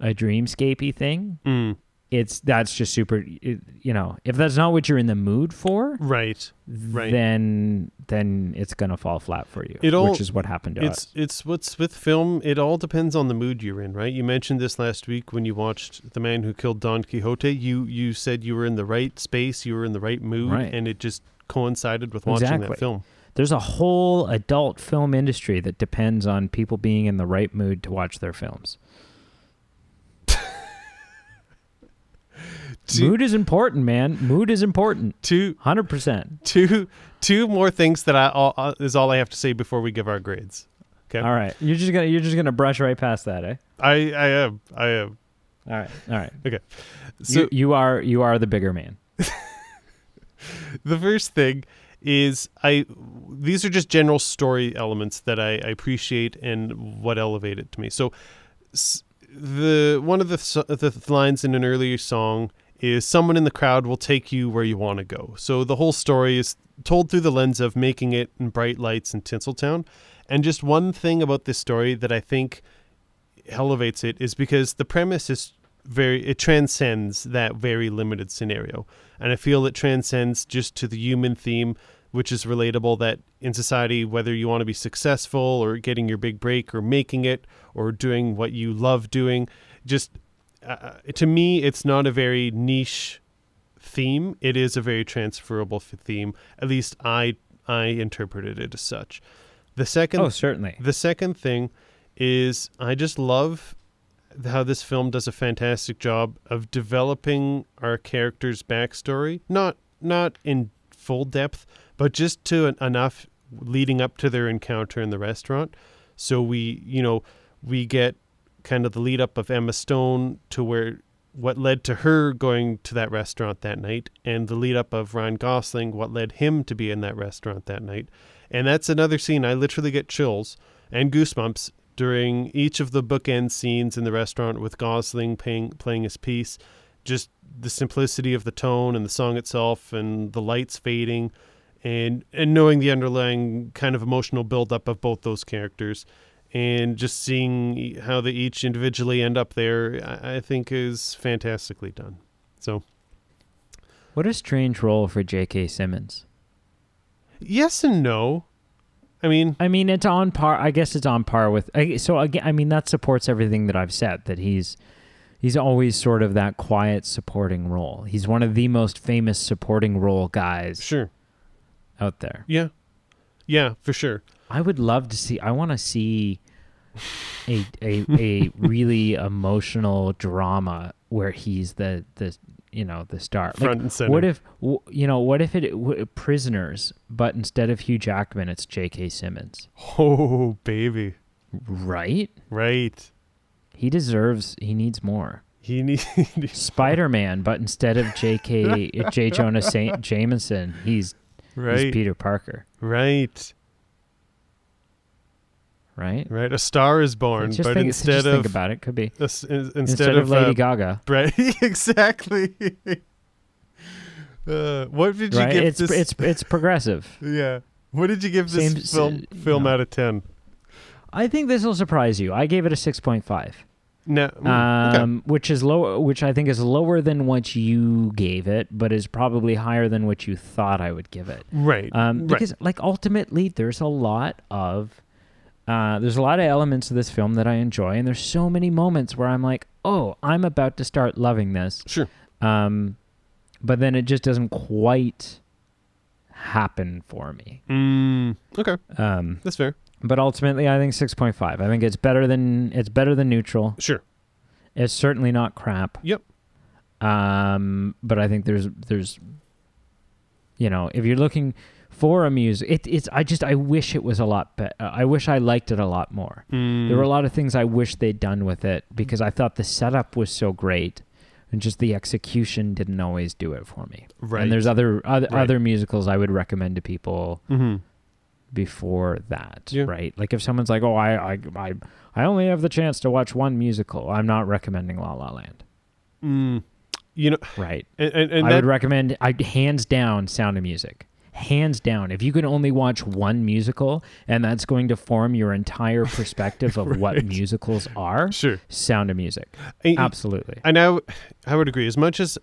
Speaker 2: a dreamscapey thing,
Speaker 1: Mm.
Speaker 2: it's that's just super. it- You know, if that's not what you're in the mood for,
Speaker 1: Right. Right.
Speaker 2: then then it's gonna fall flat for you.
Speaker 1: It all-
Speaker 2: which is what happened to
Speaker 1: It's
Speaker 2: us.
Speaker 1: it's what's with film. It all depends on the mood you're in, right? You mentioned this last week when you watched The Man Who Killed Don Quixote. You you said you were in the right space, you were in the right mood,
Speaker 2: Right.
Speaker 1: and it just coincided with watching
Speaker 2: Exactly.
Speaker 1: that film.
Speaker 2: There's a whole adult film industry that depends on people being in the right mood to watch their films.
Speaker 1: Do-
Speaker 2: mood is important, man. Mood is important.
Speaker 1: Two
Speaker 2: Hundred percent.
Speaker 1: two two more things that I all, uh, is all I have to say before we give our grades. Okay.
Speaker 2: All right, you're just gonna you're just gonna brush right past that, eh?
Speaker 1: I I am I am
Speaker 2: All right, all right.
Speaker 1: so
Speaker 2: you, you are you are the bigger man.
Speaker 1: the first thing is I these are just general story elements that I, I appreciate and what elevate it to me. So s- the one of the so- the lines in an earlier song is someone in the crowd will take you where you want to go. So the whole story is told through the lens of making it in bright lights in Tinseltown. And just one thing about this story that I think elevates it is because the premise is very it transcends that very limited scenario and i feel it transcends just to the human theme which is relatable that in society whether you want to be successful or getting your big break or making it or doing what you love doing just uh, to me it's not a very niche theme it is a very transferable f- theme at least i i interpreted it as such the second
Speaker 2: Oh, certainly.
Speaker 1: the second thing is I just love how this film does a fantastic job of developing our character's backstory. Not not in full depth, but just to en- enough leading up to their encounter in the restaurant. So we, you know, we get kind of the lead up of Emma Stone to where what led to her going to that restaurant that night and the lead up of Ryan Gosling what led him to be in that restaurant that night. And that's another scene I literally get chills and goosebumps during each of the bookend scenes in the restaurant with Gosling paying, playing his piece. Just the simplicity of the tone and the song itself and the lights fading and and knowing the underlying kind of emotional buildup of both those characters and just seeing e- how they each individually end up there I, I think is fantastically done. So
Speaker 2: What a strange role for J.K. Simmons.
Speaker 1: yes and no. I mean
Speaker 2: I mean, it's on par. I guess it's on par with. I, so again, I mean, that supports everything that I've said. That he's he's always sort of that quiet supporting role. He's one of the most famous supporting role guys
Speaker 1: sure.
Speaker 2: out there.
Speaker 1: Yeah. Yeah, for sure.
Speaker 2: I would love to see. I want to see a a a really emotional drama where he's the the you know the star. Like,
Speaker 1: Front and center.
Speaker 2: What if w- you know? What if it w- prisoners, but instead of Hugh Jackman, it's J.K. Simmons,
Speaker 1: Oh baby.
Speaker 2: right?
Speaker 1: Right.
Speaker 2: He deserves. He needs more.
Speaker 1: He needs
Speaker 2: Spider Man, but instead of J.K. J. Jonah Saint Jameson, he's he's
Speaker 1: right.
Speaker 2: Peter Parker,
Speaker 1: Right.
Speaker 2: right?
Speaker 1: Right. A star is born,
Speaker 2: just
Speaker 1: but
Speaker 2: think,
Speaker 1: instead
Speaker 2: just
Speaker 1: of
Speaker 2: think about it, could be
Speaker 1: a s- in- instead,
Speaker 2: instead, of,
Speaker 1: uh,
Speaker 2: Lady Gaga,
Speaker 1: Brett, exactly. uh, what did you
Speaker 2: right?
Speaker 1: give
Speaker 2: It's
Speaker 1: this?
Speaker 2: it's it's progressive.
Speaker 1: yeah. What did you give this
Speaker 2: Same s- uh,
Speaker 1: film film
Speaker 2: no.
Speaker 1: out of ten?
Speaker 2: I think this will surprise you. I gave it a six point five,
Speaker 1: No. mm, okay.
Speaker 2: um, which is low, which I think is lower than what you gave it, but is probably higher than what you thought I would give it.
Speaker 1: Right.
Speaker 2: Um,
Speaker 1: right.
Speaker 2: because like ultimately, there's a lot of uh, there's a lot of elements of this film that I enjoy, and there's so many moments where I'm like, oh, I'm about to start loving this,
Speaker 1: Sure.
Speaker 2: um, but then it just doesn't quite happen for me.
Speaker 1: Mm, okay.
Speaker 2: Um,
Speaker 1: That's fair.
Speaker 2: but ultimately, I think six point five. I think it's better than it's better than neutral.
Speaker 1: Sure.
Speaker 2: It's certainly not crap.
Speaker 1: Yep.
Speaker 2: Um, but I think there's there's you know, if you're looking for a music, it, it's I just I wish it was a lot better. I wish I liked it a lot more.
Speaker 1: Mm,
Speaker 2: There were a lot of things I wish they'd done with it because I thought the setup was so great. and just the execution didn't always do it for me.
Speaker 1: Mm, Right.
Speaker 2: And there's other other,
Speaker 1: Right.
Speaker 2: other musicals I would recommend to people
Speaker 1: Mm-hmm.
Speaker 2: before that,
Speaker 1: Yeah.
Speaker 2: right? Like if someone's like, "Oh, I, I I I only have the chance to watch one musical," I'm not recommending La La Land,
Speaker 1: Mm, you know,
Speaker 2: right?
Speaker 1: and and, and
Speaker 2: I
Speaker 1: that,
Speaker 2: would recommend, I hands down, Sound of Music. Hands down, if you can only watch one musical and that's going to form your entire perspective of what musicals are,
Speaker 1: sure.
Speaker 2: Sound of Music,
Speaker 1: And-
Speaker 2: absolutely.
Speaker 1: and I, w- I would agree as much as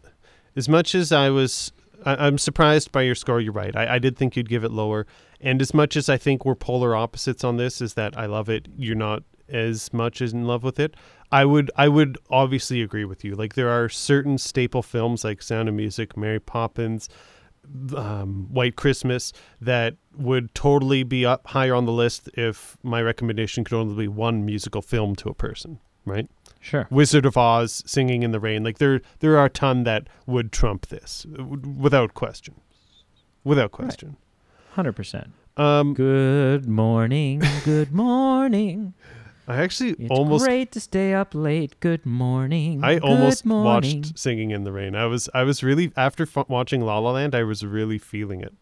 Speaker 1: as much as I was I, I'm surprised by your score you're right I, I did think you'd give it lower and as much as I think we're polar opposites on this is that I love it you're not as much as in love with it I would I would obviously agree with you like there are certain staple films like Sound of Music Mary Poppins um, White Christmas that would totally be up higher on the list if my recommendation could only be one musical film to a person right
Speaker 2: Sure.
Speaker 1: Wizard of Oz, Singing in the Rain. Like there, there are a ton that would trump this, w- without question, without question.
Speaker 2: Hundred percent.
Speaker 1: Um,
Speaker 2: Good morning. Good morning.
Speaker 1: I actually
Speaker 2: It's
Speaker 1: almost,
Speaker 2: great to stay up late. Good morning.
Speaker 1: I
Speaker 2: Good
Speaker 1: almost
Speaker 2: morning.
Speaker 1: watched Singing in the Rain. I was, I was really after f- watching La La Land, I was really feeling it.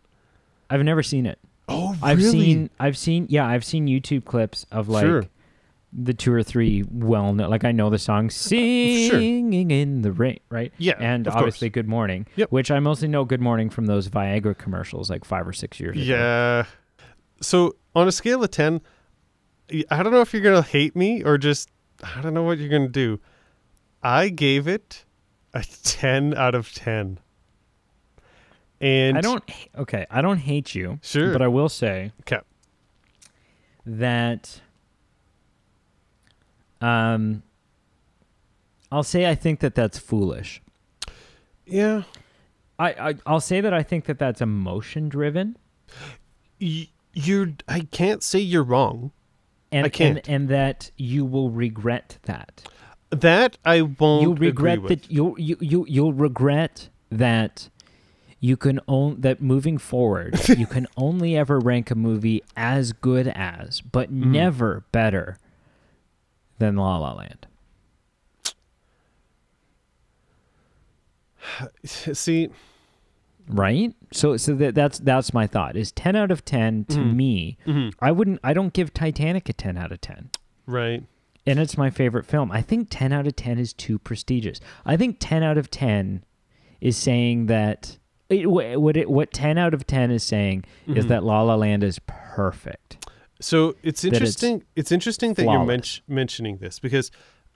Speaker 2: I've never seen it.
Speaker 1: Oh,
Speaker 2: I've seen. I've seen. Yeah, I've seen YouTube clips of like
Speaker 1: Sure.
Speaker 2: the two or three well known. Like I know the song "Singing in the Rain," right?
Speaker 1: Uh, Yeah,
Speaker 2: and
Speaker 1: of course.
Speaker 2: obviously "Good Morning,"
Speaker 1: Yep.
Speaker 2: which I mostly know "Good Morning" from those Viagra commercials, like five or six years ago.
Speaker 1: Yeah. So on a scale of ten, y- I don't know if you're gonna hate me or just I don't know what you're gonna do. I gave it a ten out of ten. And
Speaker 2: I don't. h- Okay, I don't hate you.
Speaker 1: Sure.
Speaker 2: but I will say.
Speaker 1: 'Kay.
Speaker 2: That. Um. I'll say I think that that's foolish.
Speaker 1: Yeah.
Speaker 2: I, I I'll say that I think that that's emotion driven.
Speaker 1: Y- you're. I can't say you're wrong.
Speaker 2: and
Speaker 1: I can't.
Speaker 2: And, and that you will regret that.
Speaker 1: That I won't.
Speaker 2: You'll regret
Speaker 1: agree with.
Speaker 2: that you'll you, you you'll regret that you can own that moving forward you can only ever rank a movie as good as but
Speaker 1: Mm-hmm.
Speaker 2: never better than La La Land.
Speaker 1: See.
Speaker 2: Right? So so that that's that's my thought. Is 10 out of 10 to
Speaker 1: Mm-hmm.
Speaker 2: me. I wouldn't I don't give Titanic a 10 out of 10.
Speaker 1: Right.
Speaker 2: and it's my favorite film. I think 10 out of 10 is too prestigious. I think 10 out of 10 is saying that it, wh- what it, what 10 out of 10 is saying is
Speaker 1: Mm-hmm.
Speaker 2: that La La Land is perfect.
Speaker 1: So it's
Speaker 2: it's
Speaker 1: interesting. it's, interesting that you're men-
Speaker 2: flawless.
Speaker 1: mentioning this because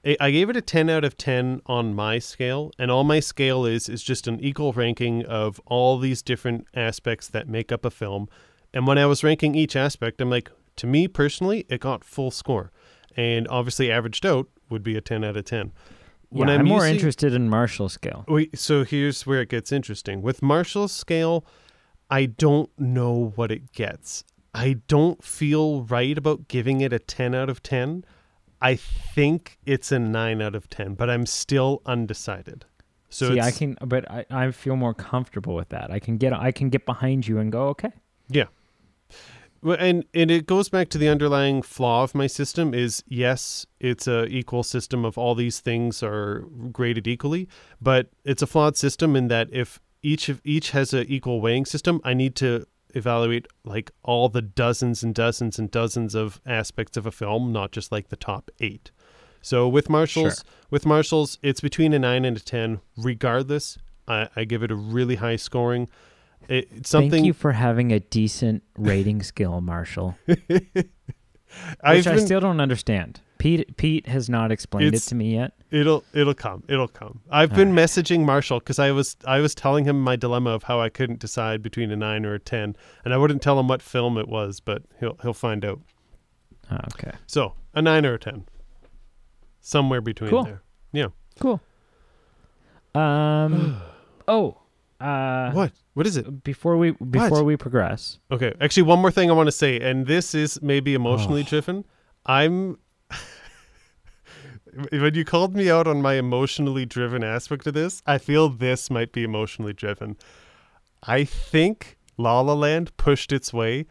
Speaker 1: I, I gave it a ten out of ten on my scale, and all my scale is is just an equal ranking of all these different aspects that make up a film. And when I was ranking each aspect, I'm like, to me personally, it got full score, and obviously averaged out would be a ten out of ten.
Speaker 2: When I'm, more
Speaker 1: using-
Speaker 2: interested in Marshall scale.
Speaker 1: Wait, so here's where it gets interesting. With Marshall's scale, I don't know what it gets. I don't feel right about giving it a 10 out of 10. I think it's a 9 out of 10, but I'm still undecided. So
Speaker 2: See,
Speaker 1: it's,
Speaker 2: I can but I, I feel more comfortable with that. I can get I can get behind you and go, "Okay,
Speaker 1: Yeah. Well, and and it goes back to the underlying flaw of my system is yes, it's a equal system of all these things are graded equally, but it's a flawed system in that if each of each has an equal weighing system, I need to evaluate like all the dozens and dozens and dozens of aspects of a film, not just like the top 8. So with Marshall's with Marshall's it's between a 9 and a 10 regardless. I, I give it a really high scoring. It, it's something
Speaker 2: thank you for having a decent rating skill, Marshall." Which I
Speaker 1: been-
Speaker 2: still don't understand. Pete Pete has not explained it
Speaker 1: It's-
Speaker 2: to me yet.
Speaker 1: It'll it'll come. It'll come. I've been messaging Marshall because I was I was telling him my dilemma of how I couldn't decide between a nine or a ten, and I wouldn't tell him what film it was, but he'll he'll find out.
Speaker 2: Oh, okay.
Speaker 1: So a nine or a ten, somewhere between
Speaker 2: Cool.
Speaker 1: there. Yeah.
Speaker 2: Cool. Um. oh. Uh,
Speaker 1: what? What is it?
Speaker 2: Before we before we progress,
Speaker 1: Okay. Actually, one more thing I want to say, and this is maybe emotionally driven. I'm. when you called me out on my emotionally driven aspect of this, I feel this might be emotionally driven. I think La La Land pushed its way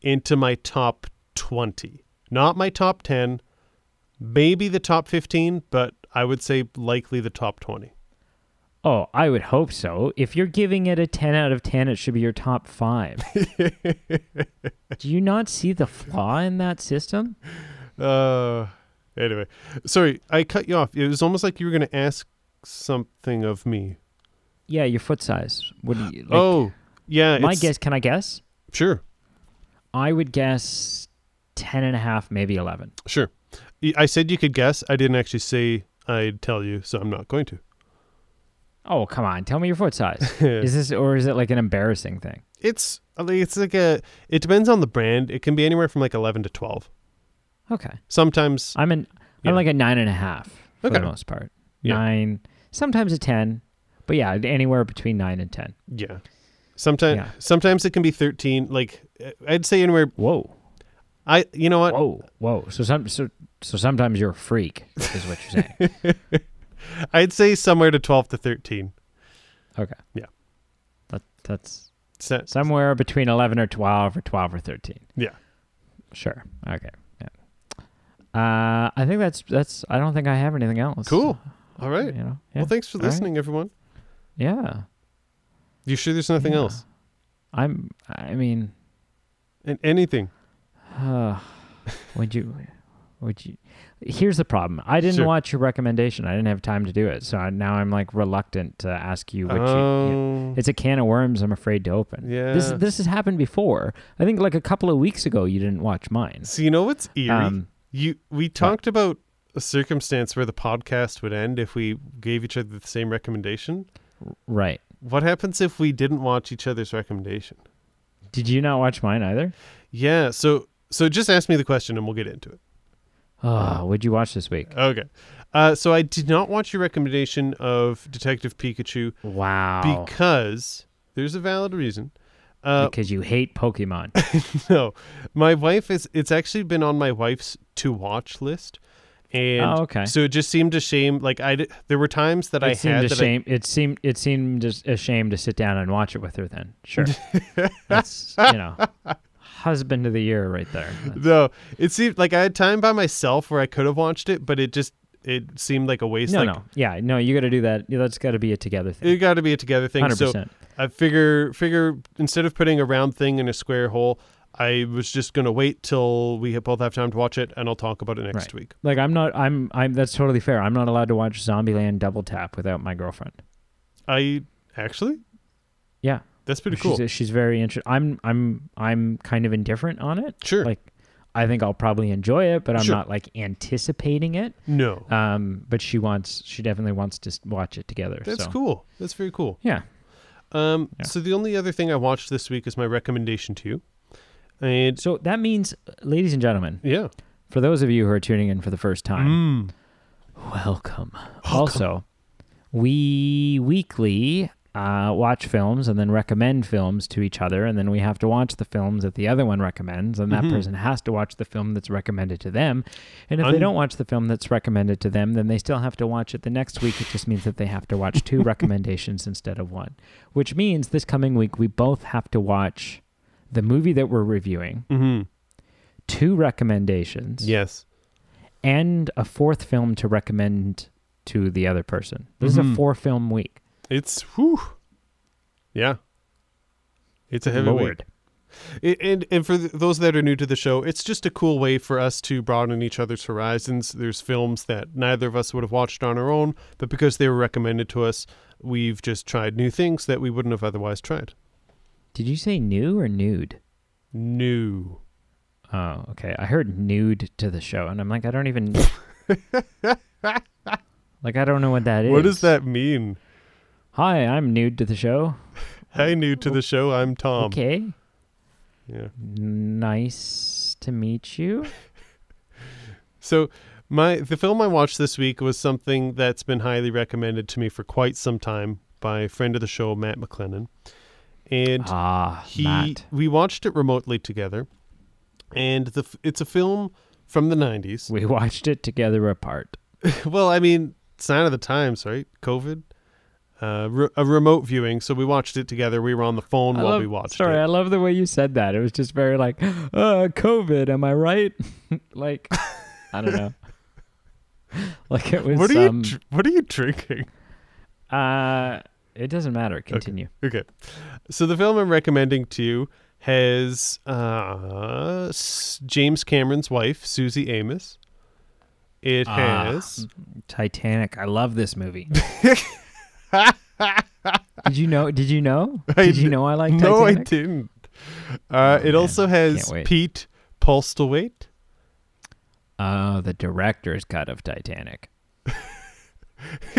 Speaker 1: into my top 20. Not my top 10, maybe the top 15, but I would say likely the top 20.
Speaker 2: Oh, I would hope so. If you're giving it a 10 out of 10, it should be your top five. Do you not see the flaw in that system?
Speaker 1: Uh, anyway, sorry, I cut you off. It was almost like you were going to ask something of me.
Speaker 2: Yeah, your foot size. What do you, like,
Speaker 1: oh, yeah.
Speaker 2: my
Speaker 1: it's-
Speaker 2: guess, can I guess?
Speaker 1: Sure,
Speaker 2: I would guess 10 and a half, maybe 11.
Speaker 1: sure. Y- I said you could guess. I didn't actually say I'd tell you, so I'm not going to.
Speaker 2: Oh, come on. Tell me your foot size. is this, or is it like an embarrassing thing?
Speaker 1: It's I mean, it's like a. It depends on the brand. It can be anywhere from like 11 to 12.
Speaker 2: Okay.
Speaker 1: Sometimes
Speaker 2: I'm an,
Speaker 1: Yeah.
Speaker 2: I'm like a nine and a half for
Speaker 1: Okay.
Speaker 2: the most part.
Speaker 1: Yeah.
Speaker 2: Nine, sometimes a 10, but yeah, anywhere between nine and 10.
Speaker 1: Yeah. Sometimes
Speaker 2: Yeah.
Speaker 1: sometimes it can be 13 like uh, I'd say anywhere
Speaker 2: Whoa.
Speaker 1: I you know what
Speaker 2: Whoa, whoa. So some so so sometimes you're a freak is what you're saying.
Speaker 1: I'd say somewhere to 12 to 13.
Speaker 2: okay.
Speaker 1: Yeah.
Speaker 2: That that's
Speaker 1: So,
Speaker 2: somewhere between eleven or twelve or twelve or thirteen.
Speaker 1: yeah.
Speaker 2: Sure. Okay. Yeah. Uh I think that's that's I don't think I have anything else.
Speaker 1: Cool. All right.
Speaker 2: You know. Yeah.
Speaker 1: Well, thanks for
Speaker 2: All right.
Speaker 1: listening everyone.
Speaker 2: yeah.
Speaker 1: You sure there's nothing
Speaker 2: Yeah.
Speaker 1: else?
Speaker 2: I'm I mean
Speaker 1: And anything.
Speaker 2: uh, would you would you Here's the problem. I didn't
Speaker 1: Sure.
Speaker 2: watch your recommendation. I didn't have time to do it. So I, now I'm like reluctant to ask you what you, you
Speaker 1: Um,
Speaker 2: It's a can of worms I'm afraid to open. This
Speaker 1: Yeah.
Speaker 2: this has happened before. I think like a couple of weeks ago you didn't watch mine.
Speaker 1: so you know what's eerie?
Speaker 2: Um,
Speaker 1: you we talked about a circumstance where the podcast would end if we gave each other the same recommendation.
Speaker 2: Right.
Speaker 1: What happens if we didn't watch each other's recommendation?
Speaker 2: Did you not watch mine either?
Speaker 1: Yeah, so so just ask me the question and we'll get into it.
Speaker 2: Oh, what'd you watch this week?
Speaker 1: Okay. Uh, so I did not watch your recommendation of Detective Pikachu
Speaker 2: Wow.
Speaker 1: because there's a valid reason. Uh,
Speaker 2: because you hate Pokemon.
Speaker 1: no, my wife is. It's actually been on my wife's to watch list, and
Speaker 2: Oh, okay.
Speaker 1: so it just seemed a shame. Like I, d- there were times that I
Speaker 2: it seemed
Speaker 1: had
Speaker 2: a
Speaker 1: that I-
Speaker 2: shame. It seemed it seemed as- a shame to sit down and watch it with her. Then sure, that's you know, husband of the year right there. That's-
Speaker 1: no, it seemed like I had time by myself where I could have watched it, but it just it seemed like a waste.
Speaker 2: no,
Speaker 1: like,
Speaker 2: no, yeah, no. You got to do that. Yeah, That's got to be a together
Speaker 1: It
Speaker 2: thing.
Speaker 1: got to be a together thing.
Speaker 2: Hundred
Speaker 1: So
Speaker 2: percent.
Speaker 1: I figure figure instead of putting a round thing in a square hole, I was just gonna wait till we ha- both have time to watch it, and I'll talk about it next
Speaker 2: Right.
Speaker 1: week.
Speaker 2: Like I'm not. I'm. I'm. That's totally fair. I'm not allowed to watch Zombieland Double Tap without my girlfriend.
Speaker 1: I actually
Speaker 2: Yeah,
Speaker 1: that's pretty
Speaker 2: she's
Speaker 1: cool.
Speaker 2: she's very interested. I'm I'm I'm kind of indifferent on it.
Speaker 1: sure.
Speaker 2: Like I think I'll probably enjoy it, but I'm
Speaker 1: Sure.
Speaker 2: not like anticipating it.
Speaker 1: no,
Speaker 2: Um, but she wants. She definitely wants to s- watch it together.
Speaker 1: that's
Speaker 2: so.
Speaker 1: cool. That's very cool.
Speaker 2: Yeah.
Speaker 1: Um,
Speaker 2: Yeah.
Speaker 1: so the only other thing I watched this week is my recommendation to you, and
Speaker 2: So that means, ladies and gentlemen,
Speaker 1: yeah,
Speaker 2: for those of you who are tuning in for the first time, welcome. Also, we weekly uh, watch films and then recommend films to each other, and then we have to watch the films that the other one recommends, and that person has to watch the film that's recommended to them. And if
Speaker 1: Un-
Speaker 2: they don't watch the film that's recommended to them, then they still have to watch it the next week. It just means that they have to watch two recommendations instead of one, which means this coming week we both have to watch the movie that we're reviewing,
Speaker 1: hmm
Speaker 2: two recommendations
Speaker 1: yes,
Speaker 2: and a fourth film to recommend to the other person. This is
Speaker 1: Mhm.
Speaker 2: a four film week.
Speaker 1: it's whew. yeah, it's a heavy week.
Speaker 2: Lord.
Speaker 1: It, and and for th- those that are new to the show, it's just a cool way for us to broaden each other's horizons. There's films that neither of us would have watched on our own, but because they were recommended to us, we've just tried new things that we wouldn't have otherwise tried.
Speaker 2: Did you say new or nude?
Speaker 1: New.
Speaker 2: Oh, okay. I heard nude to the show, and I'm like, I don't even. like, I don't know what that is.
Speaker 1: what does that mean?
Speaker 2: Hi, I'm nude to the show.
Speaker 1: Hey, new to the show, I'm Tom.
Speaker 2: okay.
Speaker 1: Yeah.
Speaker 2: Nice to meet you.
Speaker 1: So my the film I watched this week was something that's been highly recommended to me for quite some time by a friend of the show, Matt McLennan. And
Speaker 2: Ah,
Speaker 1: he
Speaker 2: Matt.
Speaker 1: we watched it remotely together and the f- it's a film from the 90s
Speaker 2: We watched it together apart.
Speaker 1: well i mean sign of the times right covid uh, re- a remote viewing so we watched it together we were on the phone
Speaker 2: I
Speaker 1: while
Speaker 2: love-
Speaker 1: we watched
Speaker 2: sorry, I
Speaker 1: it
Speaker 2: love the way you said that. It was just very like, uh, COVID, am I right? like, I don't know. like it was
Speaker 1: what are
Speaker 2: some,
Speaker 1: you dr- what are you drinking
Speaker 2: Uh, it doesn't matter. Continue.
Speaker 1: Okay. So the film I'm recommending to you has uh, S- James Cameron's wife, Susie Amos. It
Speaker 2: Ah.
Speaker 1: has.
Speaker 2: Titanic. I love this movie. did you know? Did you know? Did you
Speaker 1: d-
Speaker 2: know I like Titanic?
Speaker 1: no, I didn't. Uh,
Speaker 2: Oh,
Speaker 1: it
Speaker 2: man.
Speaker 1: also has
Speaker 2: Can't wait.
Speaker 1: Pete Postlewaite.
Speaker 2: Oh, the director's cut of Titanic.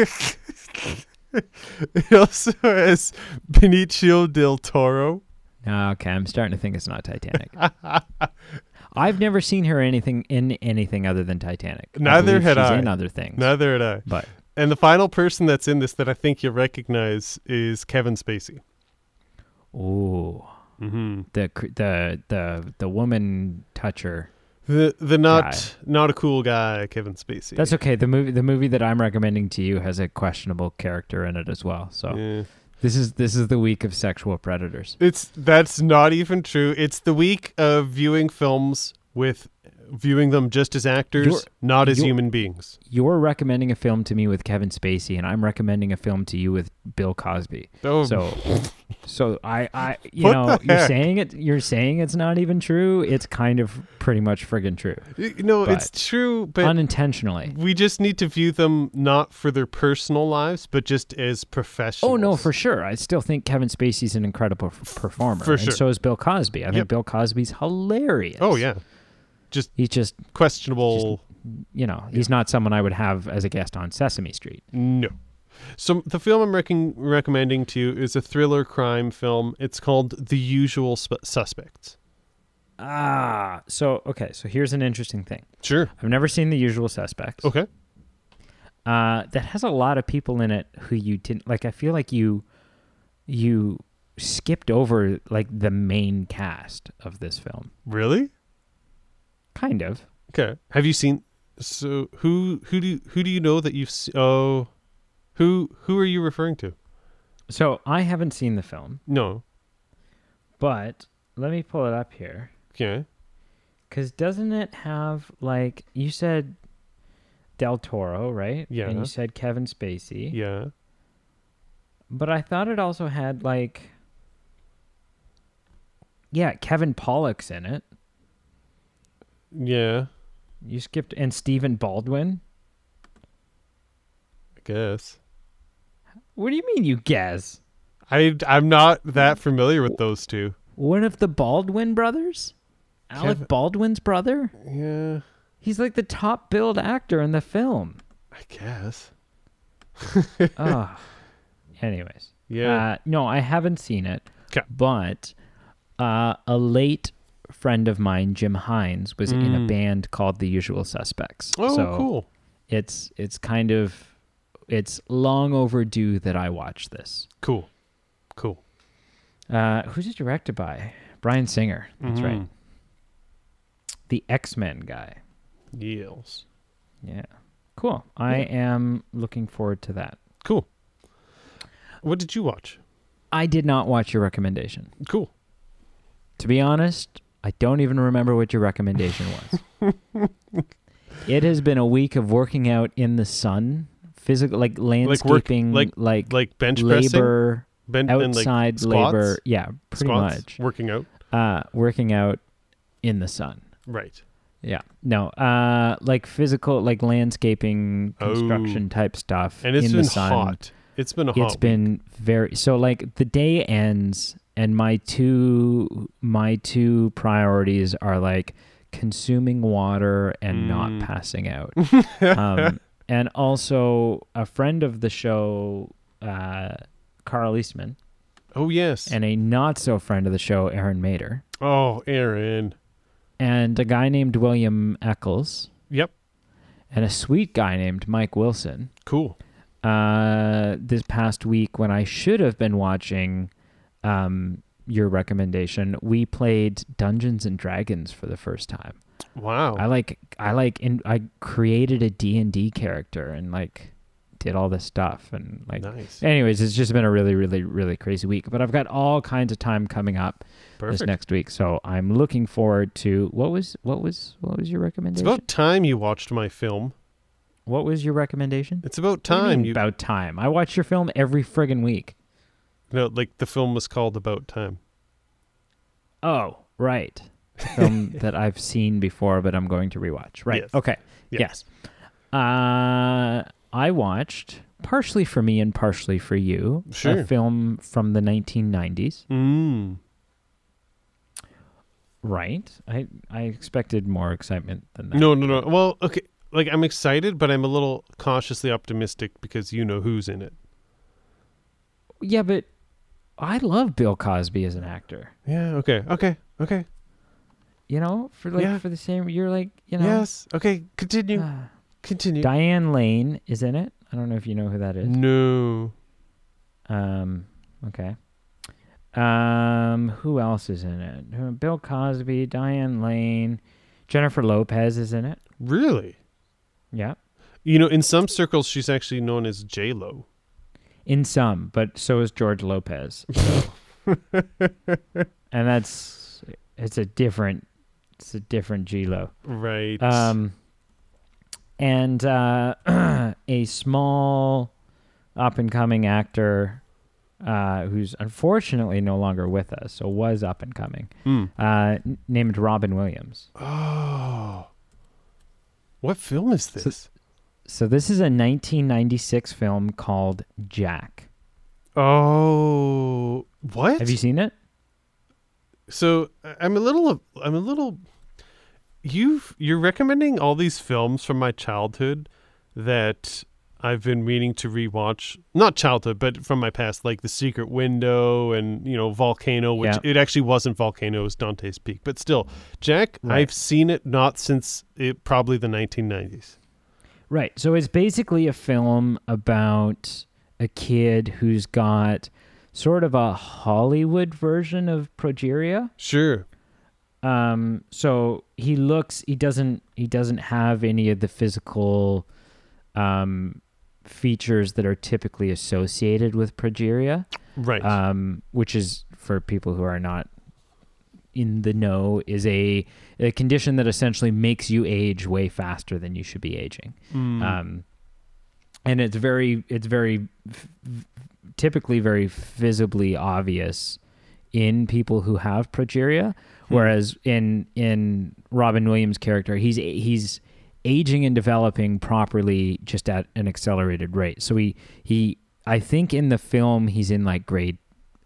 Speaker 1: It also has Benicio del Toro.
Speaker 2: Okay, I'm starting to think it's not Titanic. I've never seen her anything in anything other than Titanic. I
Speaker 1: Neither
Speaker 2: believe
Speaker 1: had
Speaker 2: she's
Speaker 1: I.
Speaker 2: In other things,
Speaker 1: Neither had I.
Speaker 2: but
Speaker 1: And the final person that's in this that I think you recognize is Kevin Spacey.
Speaker 2: ooh,
Speaker 1: Mm-hmm.
Speaker 2: the cr- the the the woman toucher.
Speaker 1: The the not not a cool guy, Kevin Spacey.
Speaker 2: That's okay. The movie the movie that I'm recommending to you has a questionable character in it as well. So
Speaker 1: Yeah.
Speaker 2: this is this is the week of sexual predators.
Speaker 1: It's that's not even true. It's the week of viewing films with viewing them just as actors,
Speaker 2: You're-
Speaker 1: not as
Speaker 2: you're-
Speaker 1: human beings.
Speaker 2: You're recommending a film to me with Kevin Spacey, and I'm recommending a film to you with Bill Cosby.
Speaker 1: Oh,
Speaker 2: So, so I, I, you
Speaker 1: What
Speaker 2: know,
Speaker 1: the
Speaker 2: you're
Speaker 1: heck?
Speaker 2: saying it, you're saying it's not even true. It's kind of pretty much friggin' true,
Speaker 1: y- no,
Speaker 2: but-
Speaker 1: it's true, but
Speaker 2: unintentionally.
Speaker 1: we just need to view them not for their personal lives, but just as professionals.
Speaker 2: Oh no, for sure. I still think Kevin Spacey's an incredible f- performer,
Speaker 1: For sure.
Speaker 2: and so is Bill Cosby. I
Speaker 1: Yep.
Speaker 2: think Bill Cosby's hilarious.
Speaker 1: Oh yeah,
Speaker 2: he's just,
Speaker 1: questionable.
Speaker 2: you know, he's not someone I would have as a guest on Sesame Street.
Speaker 1: No. So the film I'm recom- recommending to you is a thriller crime film. It's called The Usual Sp- Suspects.
Speaker 2: Ah, so okay, so here's an interesting thing.
Speaker 1: Sure.
Speaker 2: I've never seen The Usual Suspects.
Speaker 1: Okay.
Speaker 2: uh, that has a lot of people in it who you didn't like. I feel like you you skipped over like the main cast of this film,
Speaker 1: Really?
Speaker 2: kind of.
Speaker 1: Okay. Have you seen? So who who do you, who do you know that you've? Se- oh, who who are you referring to?
Speaker 2: So I haven't seen the film,
Speaker 1: No.
Speaker 2: but let me pull it up here
Speaker 1: Okay.
Speaker 2: because doesn't it have like you said Del Toro, right?
Speaker 1: Yeah.
Speaker 2: and you said Kevin Spacey,
Speaker 1: Yeah.
Speaker 2: but I thought it also had like yeah Kevin Pollock's in it.
Speaker 1: Yeah.
Speaker 2: You skipped and Stephen Baldwin.
Speaker 1: I guess.
Speaker 2: What do you mean you guess?
Speaker 1: I I'm not that familiar with those two.
Speaker 2: One of the Baldwin brothers? Alec
Speaker 1: Kev-
Speaker 2: Baldwin's brother?
Speaker 1: Yeah.
Speaker 2: He's like the top billed actor in the film.
Speaker 1: I guess.
Speaker 2: Ugh. Anyways.
Speaker 1: Yeah.
Speaker 2: Uh, no, I haven't seen it.
Speaker 1: 'Kay.
Speaker 2: But uh, a late friend of mine, Jim Hines, was in a
Speaker 1: Mm.
Speaker 2: band called The Usual Suspects.
Speaker 1: oh,
Speaker 2: so
Speaker 1: cool.
Speaker 2: It's it's kind of it's long overdue that I watch this.
Speaker 1: Cool. Cool.
Speaker 2: Uh, who's it directed by? Brian Singer. That's right.
Speaker 1: Mhm.
Speaker 2: The X Men guy.
Speaker 1: Mm-hmm. Yes.
Speaker 2: Yeah. Cool. I am looking forward to that.
Speaker 1: Cool. What did you watch?
Speaker 2: I did not watch your recommendation.
Speaker 1: Cool.
Speaker 2: To be honest, I don't even remember what your recommendation was. it has been a week of working out in the sun, physical like
Speaker 1: work-
Speaker 2: landscaping,
Speaker 1: like-
Speaker 2: like like,
Speaker 1: Like bench pressing,
Speaker 2: labor,
Speaker 1: ben-
Speaker 2: outside
Speaker 1: squats?
Speaker 2: labor. Yeah, pretty
Speaker 1: squats,
Speaker 2: much.
Speaker 1: working out.
Speaker 2: Uh, working out in the sun.
Speaker 1: Right.
Speaker 2: Yeah. No. Uh, like physical, like landscaping,
Speaker 1: Oh.
Speaker 2: construction type stuff.
Speaker 1: And it's
Speaker 2: in
Speaker 1: been
Speaker 2: the sun.
Speaker 1: hot. It's been a hot.
Speaker 2: it's been very so like the day ends and my two my two priorities are like consuming water and
Speaker 1: Mm.
Speaker 2: not passing out um, and also a friend of the show uh, carl eastman
Speaker 1: oh yes.
Speaker 2: and a not so friend of the show aaron mater
Speaker 1: oh, Aaron.
Speaker 2: and a guy named william eccles
Speaker 1: Yep.
Speaker 2: and a sweet guy named mike wilson
Speaker 1: Cool.
Speaker 2: uh, this past week when I should have been watching um, your recommendation. We played Dungeons and Dragons for the first time.
Speaker 1: Wow.
Speaker 2: I like I like in, I created a D&D character and like did all this stuff and like
Speaker 1: nice.
Speaker 2: anyways, it's just been a really really really crazy week, but I've got all kinds of time coming up this
Speaker 1: Perfect.
Speaker 2: next week. So I'm looking forward to what was what was what was your
Speaker 1: It's
Speaker 2: recommendation?
Speaker 1: about time you watched my film.
Speaker 2: What was your recommendation?
Speaker 1: It's about
Speaker 2: What do you
Speaker 1: time.
Speaker 2: mean about time. I watch your film every friggin' week.
Speaker 1: no, like the film was called About Time.
Speaker 2: Oh, right. Film that I've seen before, but I'm going to rewatch. Right.
Speaker 1: Yes.
Speaker 2: Okay.
Speaker 1: Yes.
Speaker 2: Yes. Uh, I watched, partially for me and partially for you,
Speaker 1: Sure.
Speaker 2: a film from the 1990s.
Speaker 1: Mm.
Speaker 2: Right. I, I expected more excitement than that.
Speaker 1: No, no, no. Well, okay. Like I'm excited, but I'm a little cautiously optimistic because you know who's in it.
Speaker 2: Yeah, but I love Bill Cosby as an actor.
Speaker 1: Yeah. Okay. Okay. Okay.
Speaker 2: You know, for like
Speaker 1: Yeah.
Speaker 2: for the same, you're like, you know,
Speaker 1: Yes. Okay. Continue.
Speaker 2: ah.
Speaker 1: Continue.
Speaker 2: Diane Lane is in it. I don't know if you know who that is.
Speaker 1: no.
Speaker 2: Um, okay. Um, who else is in it? Uh, Bill Cosby, Diane Lane, Jennifer Lopez is in it.
Speaker 1: Really?
Speaker 2: Yeah,
Speaker 1: You know, in some circles, she's actually known as J Lo.
Speaker 2: in some, but so is George Lopez. so. and that's it's a different it's a different G Lo.
Speaker 1: Right.
Speaker 2: Um, and uh, a small up and coming actor uh, who's unfortunately no longer with us, so was up and coming,
Speaker 1: Mm.
Speaker 2: uh, n- named Robin Williams.
Speaker 1: Oh. What film is
Speaker 2: So-
Speaker 1: this?
Speaker 2: So this is a 1996 film called Jack.
Speaker 1: oh. What?
Speaker 2: Have you seen it?
Speaker 1: so I- I'm a little. I'm a little. You've you're recommending all these films from my childhood that I've been meaning to rewatch. Not childhood, but from my past, like The Secret Window and you know Volcano, which
Speaker 2: Yeah.
Speaker 1: it actually wasn't Volcano, it was Dante's Peak. But still, Jack,
Speaker 2: Right.
Speaker 1: I've seen it not since it probably the 1990s.
Speaker 2: Right. So it's basically a film about a kid who's got sort of a Hollywood version of progeria.
Speaker 1: Sure.
Speaker 2: um so he looks he doesn't he doesn't have any of the physical um features that are typically associated with progeria
Speaker 1: Right.
Speaker 2: um which is for people who are not in the know is a, a condition that essentially makes you age way faster than you should be aging
Speaker 1: Mm.
Speaker 2: um, and it's very it's very f- f- typically very visibly obvious in people who have progeria
Speaker 1: Hmm.
Speaker 2: whereas in in Robin Williams character he's a- he's aging and developing properly just at an accelerated rate so he he I think in the film he's in like grade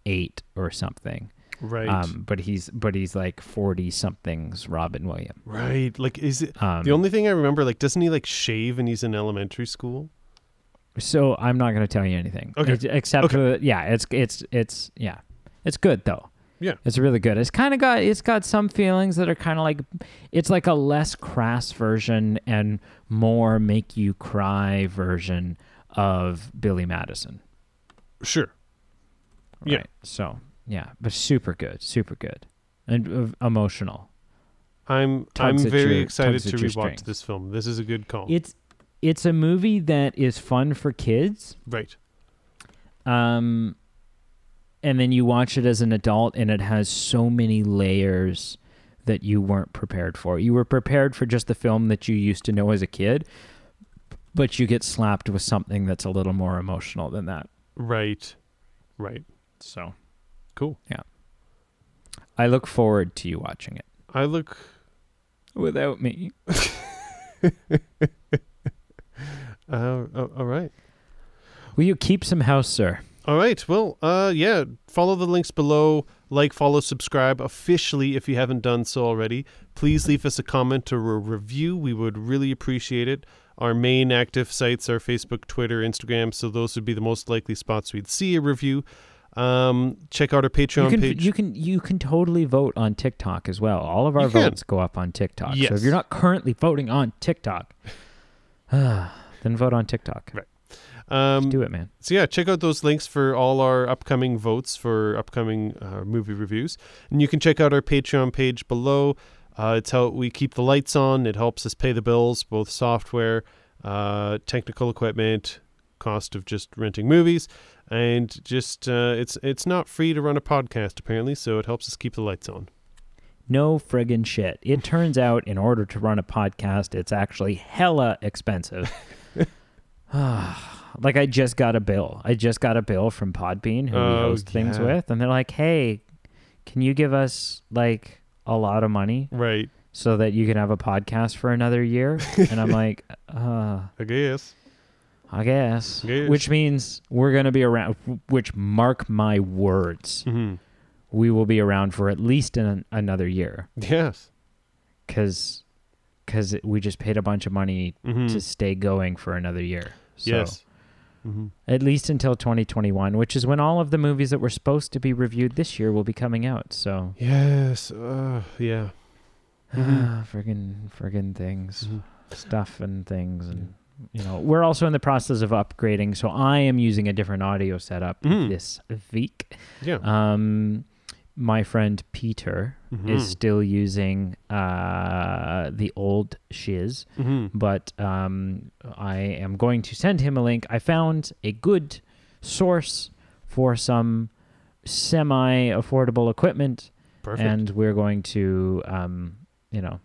Speaker 2: 8 or something
Speaker 1: right.
Speaker 2: um but he's but he's like 40 something's Robin Williams
Speaker 1: right. Like, is it
Speaker 2: um
Speaker 1: the only thing I remember? Like, doesn't he like shave and he's in elementary school?
Speaker 2: So I'm not going to tell you anything.
Speaker 1: Okay.
Speaker 2: Ex- Except
Speaker 1: Okay.
Speaker 2: for the, yeah, it's it's it's yeah, it's good though.
Speaker 1: Yeah.
Speaker 2: It's really good. It's kind of got it's got some feelings that are kind of like it's like a less crass version and more make you cry version of Billy Madison.
Speaker 1: Sure. Yeah.
Speaker 2: So yeah, but super good, super good, and uh, emotional.
Speaker 1: I'm
Speaker 2: Tugs
Speaker 1: I'm
Speaker 2: at
Speaker 1: very
Speaker 2: your-
Speaker 1: excited
Speaker 2: tugs
Speaker 1: to
Speaker 2: at your
Speaker 1: rewatch
Speaker 2: strings.
Speaker 1: this film. This is a good call.
Speaker 2: It's it's a movie that is fun for kids.
Speaker 1: right.
Speaker 2: um and then you watch it as an adult and it has so many layers that you weren't prepared for you were prepared for just the film that you used to know as a kid but you get slapped with something that's a little more emotional than that
Speaker 1: Right. Right.
Speaker 2: so
Speaker 1: Cool.
Speaker 2: i look forward to you watching it
Speaker 1: I look
Speaker 2: without me
Speaker 1: uh, oh, all right.
Speaker 2: will you keep some house sir
Speaker 1: All right. Well, uh yeah, follow the links below, like, follow, subscribe officially if you haven't done so already. Please leave us a comment or a review. We would really appreciate it. Our main active sites are Facebook, Twitter, Instagram, so those would be the most likely spots we'd see a review. Um check out our Patreon
Speaker 2: you can
Speaker 1: page.
Speaker 2: you can you can totally vote on tiktok as well all of our
Speaker 1: You can.
Speaker 2: votes go up on tiktok so
Speaker 1: Yes.
Speaker 2: if you're not currently voting on tiktok then vote on tiktok
Speaker 1: Right. um
Speaker 2: do it man
Speaker 1: So yeah, check out those links for all our upcoming votes for upcoming uh, movie reviews, and you can check out our Patreon page below. Uh, it's how we keep the lights on. It helps us pay the bills, both software, uh, technical equipment, cost of just renting movies, and just uh, it's it's not free to run a podcast apparently, so it helps us keep the lights on.
Speaker 2: No friggin' shit. It turns out in order to run a podcast, it's actually hella expensive. like I just got a bill. I just got a bill from Podbean who we
Speaker 1: Oh,
Speaker 2: host things
Speaker 1: yeah.
Speaker 2: with, and they're like, "Hey, can you give us like a lot of money
Speaker 1: Right.
Speaker 2: so that you can have a podcast for another year?" and I'm like, "Uh,
Speaker 1: I guess.
Speaker 2: I guess."
Speaker 1: Yes.
Speaker 2: Which means we're going to be around which mark my words,
Speaker 1: hmm
Speaker 2: we will be around for at least an, another year.
Speaker 1: Yes.
Speaker 2: because because we just paid a bunch of money
Speaker 1: hmm
Speaker 2: to stay going for another year. So,
Speaker 1: Yes. hmm
Speaker 2: At least until 2021, which is when all of the movies that were supposed to be reviewed this year will be coming out. So,
Speaker 1: Yes. Uh, yeah. Mhm.
Speaker 2: friggin' friggin' things,
Speaker 1: Mhm.
Speaker 2: stuff and things, and you know, we're also in the process of upgrading. So I am using a different audio setup
Speaker 1: Mhm.
Speaker 2: this week.
Speaker 1: Yeah.
Speaker 2: Um, my friend Peter
Speaker 1: Mhm.
Speaker 2: is still using uh the old shiz.
Speaker 1: Mhm.
Speaker 2: but um, I am going to send him a link. I found a good source for some semi affordable equipment,
Speaker 1: Perfect. And,
Speaker 2: and we're going to, um, you know,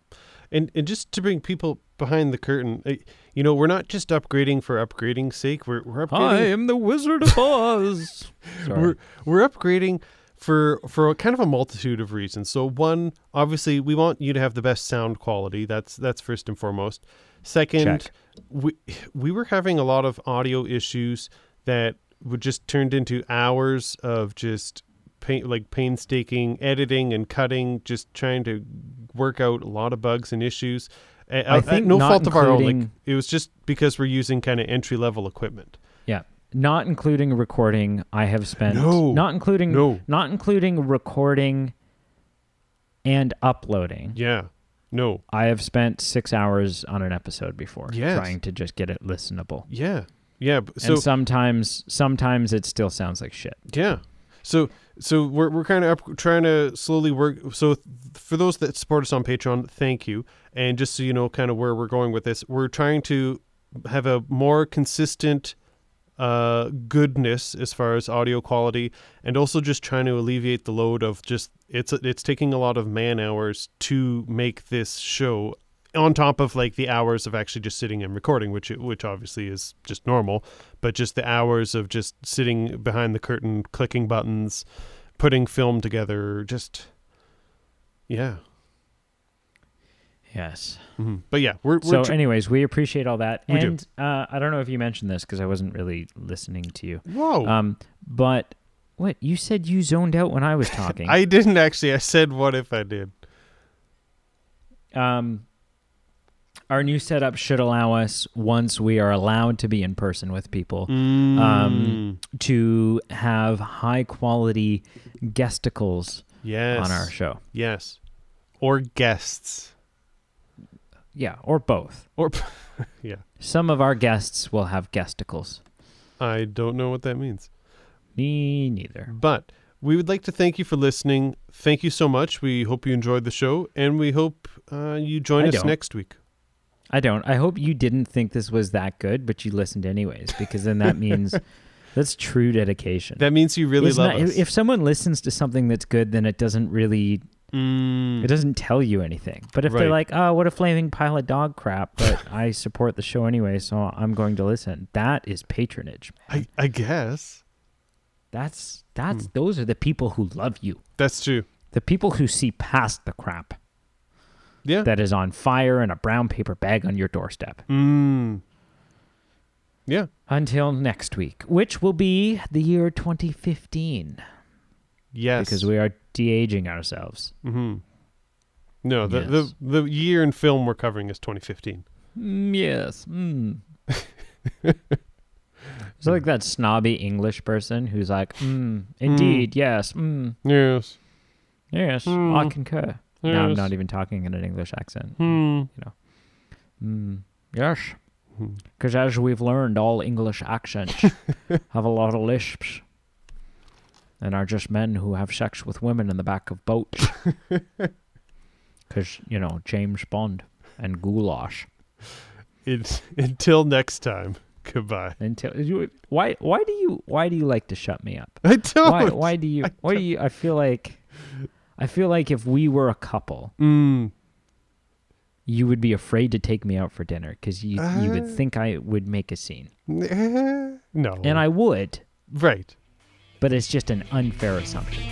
Speaker 1: and just to bring people behind the curtain, eh, you know, we're not just upgrading for upgrading's sake. We're we're upgrading.
Speaker 2: am the Wizard of Oz.
Speaker 1: We're we're upgrading for for a kind of a multitude of reasons. So one, obviously, we want you to have the best sound quality. That's that's first and foremost. Second,
Speaker 2: Check.
Speaker 1: we we were having a lot of audio issues that were just turned into hours of just pain, like painstaking editing and cutting, just trying to work out a lot of bugs and issues. Uh,
Speaker 2: I
Speaker 1: uh,
Speaker 2: think
Speaker 1: no
Speaker 2: not
Speaker 1: fault of our own. Like,
Speaker 2: including-
Speaker 1: it was just because we're using kind of entry level equipment.
Speaker 2: yeah, not including recording. I have spent
Speaker 1: No.
Speaker 2: not including
Speaker 1: No.
Speaker 2: not including recording and uploading.
Speaker 1: Yeah. No.
Speaker 2: I have spent six hours on an episode before
Speaker 1: Yes.
Speaker 2: trying to just get it listenable.
Speaker 1: Yeah. Yeah. b- So
Speaker 2: and sometimes, sometimes it still sounds like shit.
Speaker 1: Yeah. So so we're we're kind of up, trying to slowly work. So th- for those that support us on Patreon, thank you. And just so you know, kind of where we're going with this, we're trying to have a more consistent uh goodness as far as audio quality and also just trying to alleviate the load of just it's it's taking a lot of man hours to make this show on top of like the hours of actually just sitting and recording which which obviously is just normal but just the hours of just sitting behind the curtain clicking buttons putting film together just yeah
Speaker 2: Yes.
Speaker 1: Mhm. but yeah we're, we're
Speaker 2: So,
Speaker 1: tr-
Speaker 2: anyways, we appreciate all that.
Speaker 1: We do.
Speaker 2: and Uh, I don't know if you mentioned this because I wasn't really listening to you.
Speaker 1: whoa
Speaker 2: Um, but what you said, you zoned out when I was talking.
Speaker 1: i didn't actually i said what if i did
Speaker 2: um, our new setup should allow us, once we are allowed to be in person with people, Um, to have high quality guesticles
Speaker 1: yes
Speaker 2: on our show.
Speaker 1: Yes. Or guests.
Speaker 2: Yeah, or both.
Speaker 1: Or yeah.
Speaker 2: Some of our guests will have guesticles.
Speaker 1: I don't know what that means.
Speaker 2: Me neither.
Speaker 1: But we would like to thank you for listening. Thank you so much. We hope you enjoyed the show and we hope uh, you join
Speaker 2: I
Speaker 1: us
Speaker 2: don't.
Speaker 1: next week.
Speaker 2: I don't. I hope you didn't think this was that good, but you listened anyways, because then that means that's true dedication.
Speaker 1: That means you really
Speaker 2: It's
Speaker 1: love
Speaker 2: not-
Speaker 1: us.
Speaker 2: if- If someone listens to something that's good, then it doesn't really
Speaker 1: Mm,
Speaker 2: it doesn't tell you anything. But if
Speaker 1: Right.
Speaker 2: they're like, "Oh, what a flaming pile of dog crap," but I support the show anyway, so I'm going to listen. That is patronage.
Speaker 1: I, I guess.
Speaker 2: That's
Speaker 1: Hmm.
Speaker 2: that's those are the people who love you.
Speaker 1: That's true.
Speaker 2: The people who see past the crap
Speaker 1: Yeah.
Speaker 2: that is on fire in a brown paper bag on your doorstep.
Speaker 1: mm. Yeah.
Speaker 2: Until next week, which will be the year 2015,
Speaker 1: Yes.
Speaker 2: because we are de aging ourselves.
Speaker 1: hmm No, the,
Speaker 2: Yes.
Speaker 1: the the year in film we're covering is 2015.
Speaker 2: Mm, yes. Mm. it's like that snobby English person who's like,
Speaker 1: Hmm.
Speaker 2: mm, indeed, yes, mm,
Speaker 1: Yes.
Speaker 2: yes, I
Speaker 1: Mm.
Speaker 2: concur. Now I'm
Speaker 1: Yes.
Speaker 2: not e-, even talking in an English accent.
Speaker 1: Hmm.
Speaker 2: Mm, yes.
Speaker 1: Hmm.
Speaker 2: Because as we've learned, all English accents have a lot of lisps and are just men who have sex with women in the back of boats. Because, you know, James Bond and goulash.
Speaker 1: It, until next time. Goodbye.
Speaker 2: Until you- why why do you why do you like to shut me up?
Speaker 1: I don't.
Speaker 2: Why why do you why do you I feel like I feel like if we were a couple,
Speaker 1: Mm.
Speaker 2: you would be afraid to take me out for dinner because you you would
Speaker 1: Uh.
Speaker 2: think I would make a scene,
Speaker 1: Eh, No.
Speaker 2: and I would,
Speaker 1: right.
Speaker 2: but it's just an unfair assumption.